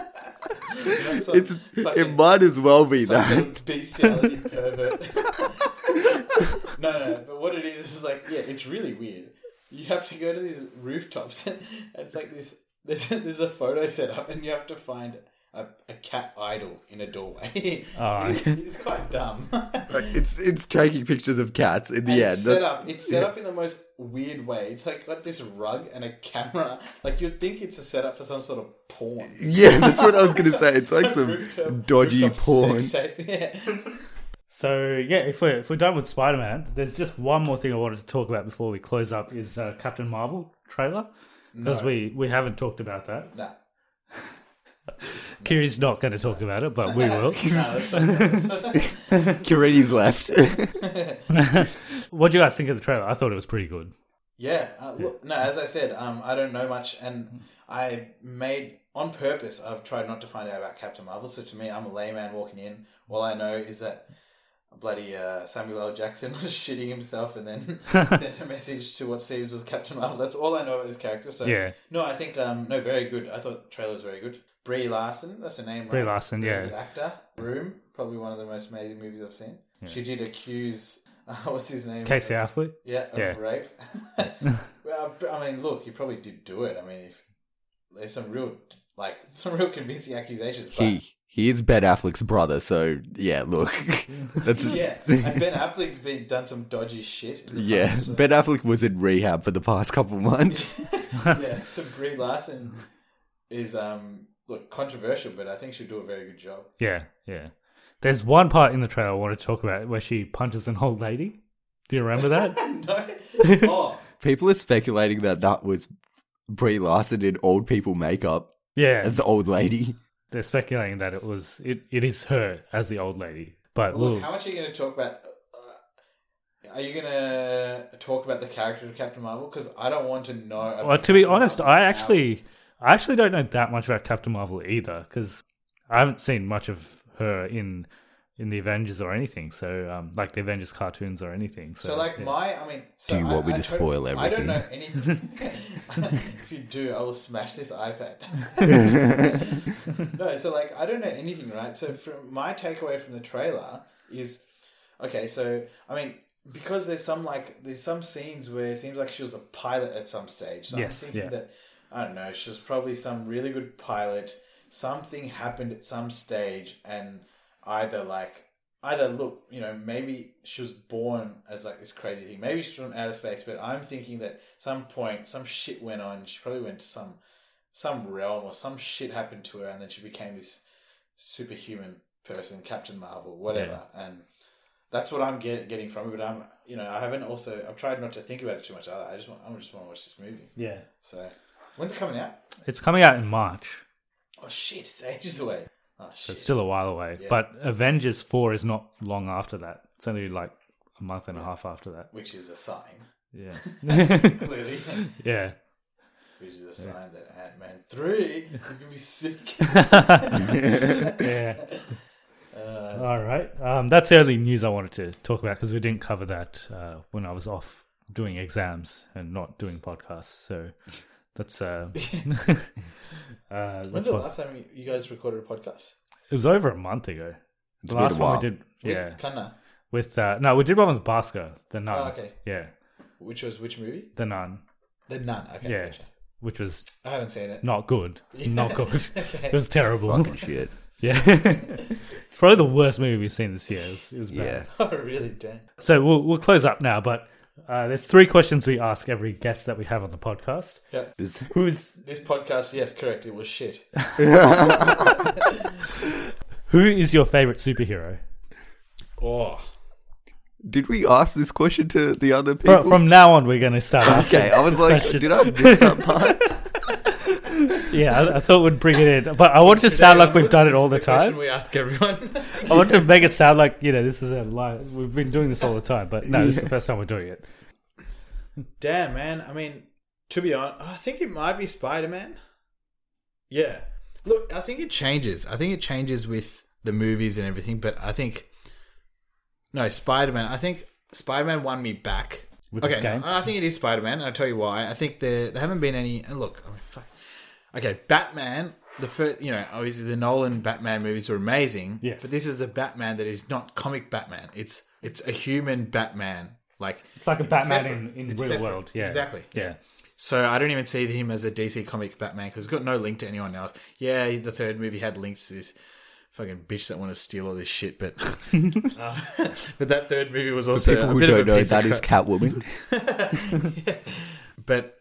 [SPEAKER 3] That's some
[SPEAKER 2] It's it
[SPEAKER 3] fucking-
[SPEAKER 2] might as well be
[SPEAKER 3] some sort
[SPEAKER 2] that.
[SPEAKER 3] of bestiality pervert. [laughs] no, no, no, but what it is is like, yeah, it's really weird. You have to go to these rooftops, [laughs] and it's like this. There's, there's a photo set up, and you have to find a, a cat idol in a doorway. [laughs]
[SPEAKER 1] Oh,
[SPEAKER 3] It is- it's quite dumb. [laughs]
[SPEAKER 2] [laughs] It's it's taking pictures of cats in the
[SPEAKER 3] And
[SPEAKER 2] end.
[SPEAKER 3] It's set
[SPEAKER 2] That's-
[SPEAKER 3] up. It's set up in the most weird way. It's like got this rug and a camera. Like you'd think it's a setup for some sort of porn.
[SPEAKER 2] Yeah, [laughs] that's what I was gonna say. It's like some
[SPEAKER 3] Rooftop-
[SPEAKER 2] dodgy
[SPEAKER 3] rooftop [laughs]
[SPEAKER 2] porn.
[SPEAKER 3] sex tape, Yeah.
[SPEAKER 1] So yeah, if we're if we're done with Spider Man, there's just one more thing I wanted to talk about before we close up is uh, Captain Marvel trailer because we we haven't talked about that.
[SPEAKER 3] No.
[SPEAKER 1] Kiri's not going to talk about it,
[SPEAKER 3] [laughs]
[SPEAKER 1] but we will.
[SPEAKER 2] Kiriti's left.
[SPEAKER 1] what do you guys think of the trailer? I thought it was pretty good.
[SPEAKER 3] Yeah. Uh, look, no, as I said, um, I don't know much, and I made on purpose. I've tried not to find out about Captain Marvel. So to me, I'm a layman walking in. All I know is that bloody uh, Samuel L. Jackson [laughs] was shitting himself and then
[SPEAKER 1] [laughs]
[SPEAKER 3] sent a message to what seems was Captain Marvel. That's all I know about this character. So
[SPEAKER 1] Yeah.
[SPEAKER 3] No, I think um, no, very good. I thought the trailer was very good. Brie Larson, that's her name.
[SPEAKER 1] Brie
[SPEAKER 3] right?
[SPEAKER 1] Larson,
[SPEAKER 3] Very
[SPEAKER 1] yeah.
[SPEAKER 3] good actor. Room, probably one of the most amazing movies I've seen. She did accuse. [laughs] Uh, what's his name?
[SPEAKER 1] Casey Affleck.
[SPEAKER 3] Yeah, of
[SPEAKER 1] Yeah.
[SPEAKER 3] rape. [laughs] well, I mean, look, he probably did do it. I mean, if there's some real, like, [laughs] some real convincing accusations.
[SPEAKER 2] [laughs]
[SPEAKER 3] But
[SPEAKER 2] he he is Ben Affleck's brother, so yeah. Look, [laughs] that's
[SPEAKER 1] [laughs]
[SPEAKER 3] yeah, and Ben Affleck's been done some dodgy shit. in
[SPEAKER 2] [laughs]
[SPEAKER 3] the
[SPEAKER 2] yeah.
[SPEAKER 3] past, so-
[SPEAKER 2] Ben Affleck was in rehab for the past couple months.
[SPEAKER 3] [laughs] yeah. So Brie Larson is um look controversial, but I think she'll do a very good job.
[SPEAKER 1] Yeah, yeah. There's one part in the
[SPEAKER 3] [laughs]
[SPEAKER 1] trailer I want to talk about where she punches an old lady. Do you remember that?
[SPEAKER 3] no, oh,
[SPEAKER 2] [laughs] People are speculating that that was Brie Larson in old people makeup
[SPEAKER 1] Yeah,
[SPEAKER 2] as the old lady.
[SPEAKER 1] they're speculating that it was it, it is her as the old lady. But look,
[SPEAKER 3] How much are you going to talk about? Uh, are you going to talk about the character of Captain Marvel? Because I don't want to know. about
[SPEAKER 1] well, to be
[SPEAKER 3] Captain
[SPEAKER 1] honest,
[SPEAKER 3] Marvel
[SPEAKER 1] I
[SPEAKER 3] for
[SPEAKER 1] actually
[SPEAKER 3] hours.
[SPEAKER 1] I actually don't know that much about Captain Marvel either because I haven't seen much of her in in the Avengers or anything. So um, like the Avengers cartoons or anything. So,
[SPEAKER 3] So, like
[SPEAKER 1] yeah.
[SPEAKER 3] my, I mean, so
[SPEAKER 2] Do you want
[SPEAKER 3] I,
[SPEAKER 2] me
[SPEAKER 3] I
[SPEAKER 2] to
[SPEAKER 3] totally-
[SPEAKER 2] spoil
[SPEAKER 3] I don't know
[SPEAKER 2] everything?
[SPEAKER 3] anything. [laughs] if you do, I will smash this iPad.
[SPEAKER 2] [laughs]
[SPEAKER 3] [laughs] no, so like I don't know anything, right? So from my takeaway from the trailer is, okay, so I mean, because there's some like there's some scenes where it seems like she was a pilot at some stage. So
[SPEAKER 1] Yes,
[SPEAKER 3] I'm thinking
[SPEAKER 1] yeah.
[SPEAKER 3] that I don't know, she was probably some really good pilot. Something happened at some stage, and either like either look, you know, maybe she was born as like this crazy thing. Maybe she's from outer space, but I'm thinking that some point some shit went on. She probably went to some some realm or some shit happened to her, and then she became this superhuman person, Captain Marvel, whatever. And that's what I'm get, getting from it. But I'm, you know, I haven't also. I've tried not to think about it too much. I, I just want. I just want to watch this movie.
[SPEAKER 1] yeah,
[SPEAKER 3] So when's it coming out?
[SPEAKER 1] it's coming out in March.
[SPEAKER 3] Oh shit! It's ages away. Oh
[SPEAKER 1] So
[SPEAKER 3] shit!
[SPEAKER 1] it's still a while away.
[SPEAKER 3] Yeah.
[SPEAKER 1] But Avengers 4 is not long after that. It's only like a month and a half after that.
[SPEAKER 3] Which is a sign, [laughs]
[SPEAKER 1] Yeah. [laughs]
[SPEAKER 3] clearly.
[SPEAKER 1] yeah.
[SPEAKER 3] Which is a sign that Ant Man
[SPEAKER 1] [laughs]
[SPEAKER 3] three is gonna be sick.
[SPEAKER 1] yeah.
[SPEAKER 3] [laughs] Uh,
[SPEAKER 1] All right. Um, that's the only news I wanted to talk about because we didn't cover that uh, when I was off doing exams and not doing podcasts. So that's. Uh,
[SPEAKER 3] [laughs]
[SPEAKER 1] [laughs] uh,
[SPEAKER 3] when's
[SPEAKER 1] that's
[SPEAKER 3] the
[SPEAKER 1] what,
[SPEAKER 3] last time you- you guys recorded a podcast?
[SPEAKER 1] it was over a month ago.
[SPEAKER 2] It's
[SPEAKER 1] the
[SPEAKER 2] been a
[SPEAKER 1] last one
[SPEAKER 2] while.
[SPEAKER 1] we did.
[SPEAKER 3] With
[SPEAKER 1] Yeah.
[SPEAKER 3] Kanna,
[SPEAKER 1] With. Uh, no, we did one with Basco, the nun.
[SPEAKER 3] Oh, okay.
[SPEAKER 1] Yeah.
[SPEAKER 3] which was which movie?
[SPEAKER 1] The nun.
[SPEAKER 3] The Nun. Okay,
[SPEAKER 1] yeah.
[SPEAKER 3] gotcha.
[SPEAKER 1] Which was
[SPEAKER 3] I haven't seen it.
[SPEAKER 1] not good. It's not
[SPEAKER 3] [laughs]
[SPEAKER 1] good.
[SPEAKER 3] Okay.
[SPEAKER 1] It was terrible.
[SPEAKER 2] Fucking shit.
[SPEAKER 1] [laughs] Yeah. it's probably the worst movie we've seen this year. It was, it was bad.
[SPEAKER 2] Yeah.
[SPEAKER 3] [laughs] Oh, really? Damn.
[SPEAKER 1] So we'll, we'll close up now, but uh, there's three questions we ask every guest that we have on the podcast.
[SPEAKER 3] Yep.
[SPEAKER 2] Is-
[SPEAKER 1] Who's
[SPEAKER 3] This podcast, yes, correct. It
[SPEAKER 1] [laughs]
[SPEAKER 3] was shit.
[SPEAKER 1] who is your favorite superhero?
[SPEAKER 5] Oh,
[SPEAKER 2] Did we ask this question to the other people?
[SPEAKER 1] From, from now on, we're going to start asking.
[SPEAKER 2] okay, I was like,
[SPEAKER 1] question.
[SPEAKER 2] did I miss that [laughs] part?
[SPEAKER 1] Yeah, I, I thought we'd bring it in, but I want it to sound like we've done it all the
[SPEAKER 3] This is question
[SPEAKER 1] time.
[SPEAKER 3] We ask everyone. [laughs]
[SPEAKER 1] I want to make it sound like you know this is a lie. We've been doing this all the time, but no, this is the first time we're doing it.
[SPEAKER 3] Damn, man. I mean, to be honest, I think it might be Spider Man. Yeah. Look, I think it changes. I think it changes with the movies and everything, but I think. No, Spider Man. I think Spider Man won me back.
[SPEAKER 1] With
[SPEAKER 3] okay,
[SPEAKER 1] this game?
[SPEAKER 3] no, I think it is Spider Man, and I'll tell you why. I think there, there haven't been any. And look, I mean, fuck. Okay, Batman. The first, you know, obviously the Nolan Batman movies were amazing.
[SPEAKER 1] Yes.
[SPEAKER 3] But this is the Batman that is not comic Batman. It's it's a human Batman. Like
[SPEAKER 1] It's like a Batman
[SPEAKER 3] separate.
[SPEAKER 1] in, in real
[SPEAKER 3] It's separate.
[SPEAKER 1] world. Yeah,
[SPEAKER 3] Exactly.
[SPEAKER 1] Yeah,
[SPEAKER 3] So I don't even see him as a DC comic Batman because he's got no link to anyone else. Yeah, the third movie had links to this fucking bitch that want to steal all this
[SPEAKER 1] [laughs]
[SPEAKER 3] shit, but [laughs] uh, but that third movie was also
[SPEAKER 2] People
[SPEAKER 3] a
[SPEAKER 2] who
[SPEAKER 3] bit
[SPEAKER 2] don't
[SPEAKER 3] of a
[SPEAKER 2] know,
[SPEAKER 3] piece
[SPEAKER 2] that
[SPEAKER 3] of
[SPEAKER 2] is
[SPEAKER 3] crap.
[SPEAKER 2] Catwoman.
[SPEAKER 3] But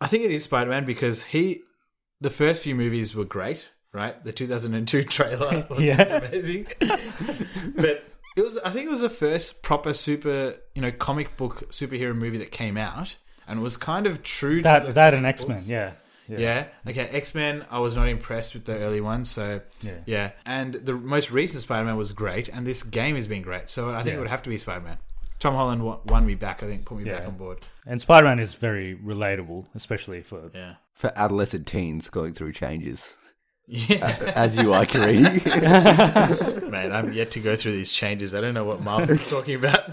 [SPEAKER 3] I think it is Spider Man because he, the first few movies were great, right? The
[SPEAKER 1] [laughs]
[SPEAKER 3] 2002 [laughs] trailer was
[SPEAKER 1] Yeah.
[SPEAKER 3] amazing. [laughs] but it was, I think it was the first proper super, you know, comic book superhero movie that came out and was kind of true to the
[SPEAKER 1] that that and
[SPEAKER 3] comic
[SPEAKER 1] X Men.
[SPEAKER 3] books.
[SPEAKER 1] Yeah, yeah.
[SPEAKER 3] Yeah. Okay. X Men. I was not impressed with the early ones. So
[SPEAKER 1] Yeah.
[SPEAKER 3] yeah. And the most recent Spider Man was great, and this game has been great. So I think
[SPEAKER 1] Yeah.
[SPEAKER 3] it would have to be Spider Man. Tom Holland won, won me back. I think put me
[SPEAKER 1] Yeah.
[SPEAKER 3] back on board.
[SPEAKER 1] And Spider Man is very relatable, especially for
[SPEAKER 3] Yeah.
[SPEAKER 2] For adolescent teens going through changes.
[SPEAKER 3] [laughs] Yeah,
[SPEAKER 2] As you are,
[SPEAKER 1] [laughs]
[SPEAKER 2] Karidi.
[SPEAKER 3] man, I'm yet to go through these changes. I don't know what Miles is talking about.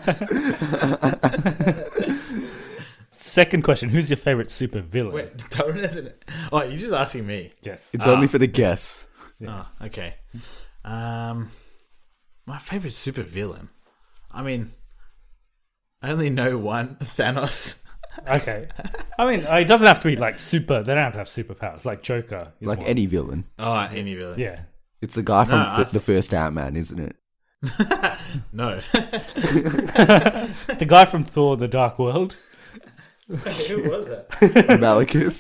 [SPEAKER 1] Second question: Who's your favorite super villain?
[SPEAKER 3] Wait, Darren isn't. Oh, you're just asking me.
[SPEAKER 1] Yes.
[SPEAKER 2] it's only for the guests.
[SPEAKER 1] Ah.
[SPEAKER 3] Oh, okay. Um, my favorite super villain. I mean, I only know one, [laughs] Thanos.
[SPEAKER 1] Okay. I mean, uh, it doesn't have to be like super. They don't have to have superpowers. Like Joker. Is
[SPEAKER 2] Like
[SPEAKER 1] one.
[SPEAKER 2] any villain.
[SPEAKER 3] Oh, any villain.
[SPEAKER 1] Yeah.
[SPEAKER 2] It's the guy from
[SPEAKER 3] No, I-
[SPEAKER 2] f- the first Ant Man, isn't
[SPEAKER 1] [laughs]
[SPEAKER 2] it?
[SPEAKER 3] No. [laughs]
[SPEAKER 1] The guy from Thor: The Dark World.
[SPEAKER 3] Who was that?
[SPEAKER 2] Malekith.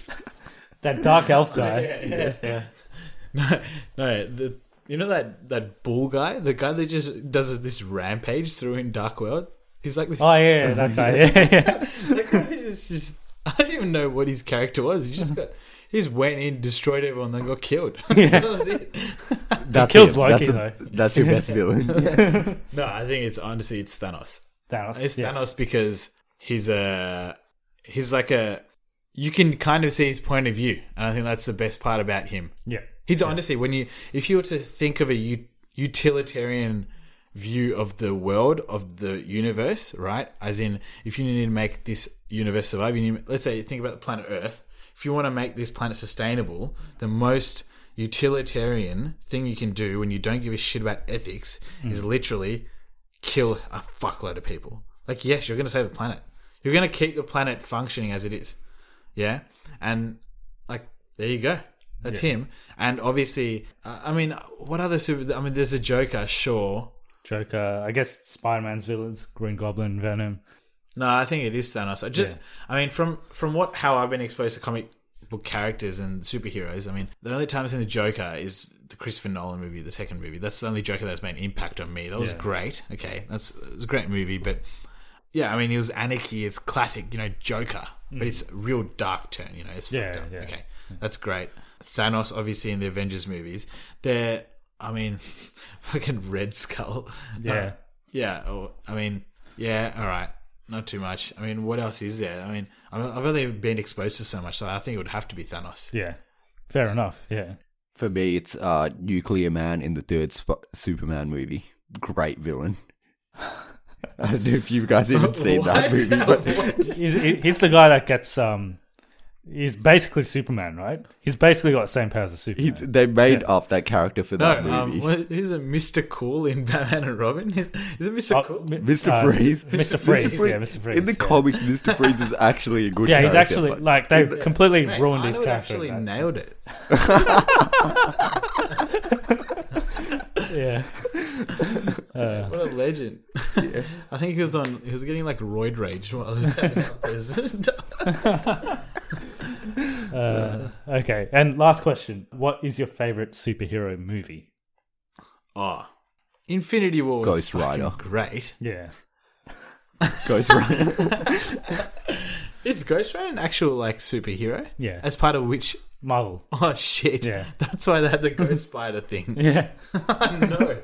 [SPEAKER 1] That dark
[SPEAKER 3] [laughs]
[SPEAKER 1] elf guy.
[SPEAKER 3] No, no. The you know that that bull guy, the guy that just does this rampage through in Dark World. He's like this. [laughs]
[SPEAKER 1] Oh yeah, Oh, [laughs] that guy. Yeah.
[SPEAKER 3] that guy who just is just. I don't even know what his character was. He just got. He just went in, destroyed everyone, then got killed. [laughs] that was it.
[SPEAKER 2] That's it.
[SPEAKER 1] kills Loki,
[SPEAKER 2] that's,
[SPEAKER 1] though.
[SPEAKER 2] that's your best
[SPEAKER 1] [laughs]
[SPEAKER 2] villain.
[SPEAKER 3] No, I think it's honestly it's Thanos.
[SPEAKER 1] Thanos.
[SPEAKER 3] It's
[SPEAKER 1] yeah.
[SPEAKER 3] Thanos because he's a he's like a you can kind of see his point of view, and I think that's the best part about him.
[SPEAKER 1] Yeah.
[SPEAKER 3] He's honestly when you if you were to think of a u- utilitarian view of the world of the universe, right? As in, if you need to make this universe survive, you need, let's say you think about the planet Earth. If you want to make this planet sustainable, the most utilitarian thing you can do when you don't give a shit about ethics is literally kill a fuckload of people. Like, yes, you're going to save the planet. You're going to keep the planet functioning as it is. Yeah. And, like, there you go. That's him. And obviously, uh, I mean, what other super. I mean, there's a Joker, sure.
[SPEAKER 1] Joker. I guess Spider Man's villains, Green Goblin, Venom.
[SPEAKER 3] No, I think it is Thanos. I just, I mean, from from what how I've been exposed to comic book characters and superheroes, I mean, the only time I've seen the Joker is the Christopher Nolan movie, the second movie. That's the only Joker that's made an impact on me. That was
[SPEAKER 1] Yeah.
[SPEAKER 3] great. Okay, that's it was a great movie, but yeah, I mean, it was anarchy. It's classic, you know, Joker, but it's a real dark turn. You know, it's
[SPEAKER 1] Mm. Yeah,
[SPEAKER 3] fucked up.
[SPEAKER 1] yeah.
[SPEAKER 3] Okay, that's great. Thanos, obviously, in the Avengers movies, they're, I mean, [laughs] fucking Red Skull.
[SPEAKER 1] Yeah.
[SPEAKER 3] Yeah, oh, I mean, yeah, all right, not too much. I mean, what else is there? I mean, I- I've only been exposed to so much, so I think it would have to be Thanos.
[SPEAKER 1] Yeah. Fair enough. Yeah.
[SPEAKER 2] [laughs] For me, it's uh, Nuclear Man in the third Sp- Superman movie. Great villain. [laughs] I don't know if you guys
[SPEAKER 1] [laughs]
[SPEAKER 2] even seen that movie, but
[SPEAKER 1] He's, he's the guy that gets um. He's basically Superman, right? He's basically got the same powers as
[SPEAKER 2] he,
[SPEAKER 1] Superman.
[SPEAKER 2] they made up that character for
[SPEAKER 3] No,
[SPEAKER 2] that
[SPEAKER 3] um,
[SPEAKER 2] movie.
[SPEAKER 3] what, who's it? Mr. Cool in [laughs] Batman and Robin? Is it
[SPEAKER 2] [laughs]
[SPEAKER 3] Mr.
[SPEAKER 1] Oh,
[SPEAKER 3] Cool?
[SPEAKER 1] mi-
[SPEAKER 2] Mr.
[SPEAKER 1] uh,
[SPEAKER 2] Freeze.
[SPEAKER 1] Mr. Freeze. Yeah, Mr. Freeze.
[SPEAKER 2] In the
[SPEAKER 1] yeah.
[SPEAKER 2] comics, Mr. Freeze is actually a good
[SPEAKER 1] Yeah, he's
[SPEAKER 2] character,
[SPEAKER 1] actually
[SPEAKER 2] but-
[SPEAKER 1] like they've completely
[SPEAKER 3] Mate,
[SPEAKER 1] ruined his
[SPEAKER 3] Arnold
[SPEAKER 1] character.
[SPEAKER 3] actually
[SPEAKER 1] right?
[SPEAKER 3] nailed it. [laughs]
[SPEAKER 1] yeah. Uh,
[SPEAKER 3] What a legend! [laughs] I think he was on. He was getting like roid rage while he was
[SPEAKER 2] [laughs]
[SPEAKER 3] having up this.
[SPEAKER 1] Uh, okay. And last question: What is your favorite superhero movie?
[SPEAKER 3] oh, [laughs] Infinity War. was
[SPEAKER 2] Ghost
[SPEAKER 3] fucking
[SPEAKER 2] Rider.
[SPEAKER 3] great.
[SPEAKER 1] Yeah.
[SPEAKER 2] Ghost Rider.
[SPEAKER 3] Is Ghost Rider an actual like superhero?
[SPEAKER 1] Yeah.
[SPEAKER 3] As part of which [laughs]
[SPEAKER 1] Marvel.
[SPEAKER 3] Oh shit!
[SPEAKER 1] Yeah.
[SPEAKER 3] that's why they had the ghost spider thing.
[SPEAKER 1] Yeah.
[SPEAKER 3] [laughs] I know.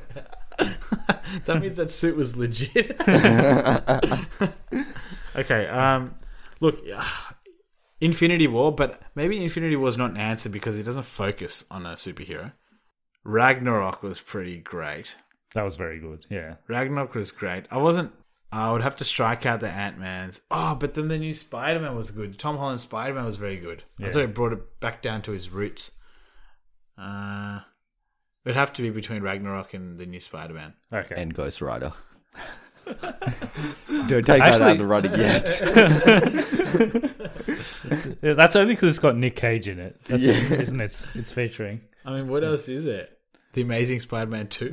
[SPEAKER 3] that means that suit was legit. [laughs] okay. Um. Look, [sighs] ah, Infinity War, but maybe Infinity War is not an answer because it doesn't focus on a superhero. Ragnarok was pretty great.
[SPEAKER 1] That was very good. Yeah.
[SPEAKER 3] Ragnarok was great. I wasn't. I would have to strike out the Ant Man's. Oh, but then the new Spider Man was good. Tom Holland's Spider Man was very good. I
[SPEAKER 1] Yeah.
[SPEAKER 3] thought it brought it back down to his roots. Uh, it'd have to be between Ragnarok and the new Spider Man.
[SPEAKER 1] Okay.
[SPEAKER 2] and Ghost Rider.
[SPEAKER 3] [laughs]
[SPEAKER 2] Don't take that out
[SPEAKER 1] Actually-
[SPEAKER 2] of the running yet.
[SPEAKER 1] Yeah, that's only because it's got Nick Cage in it. That's
[SPEAKER 2] Yeah.
[SPEAKER 1] it, isn't it? It's, it's featuring.
[SPEAKER 3] I mean, what else is it? The Amazing Spider Man 2.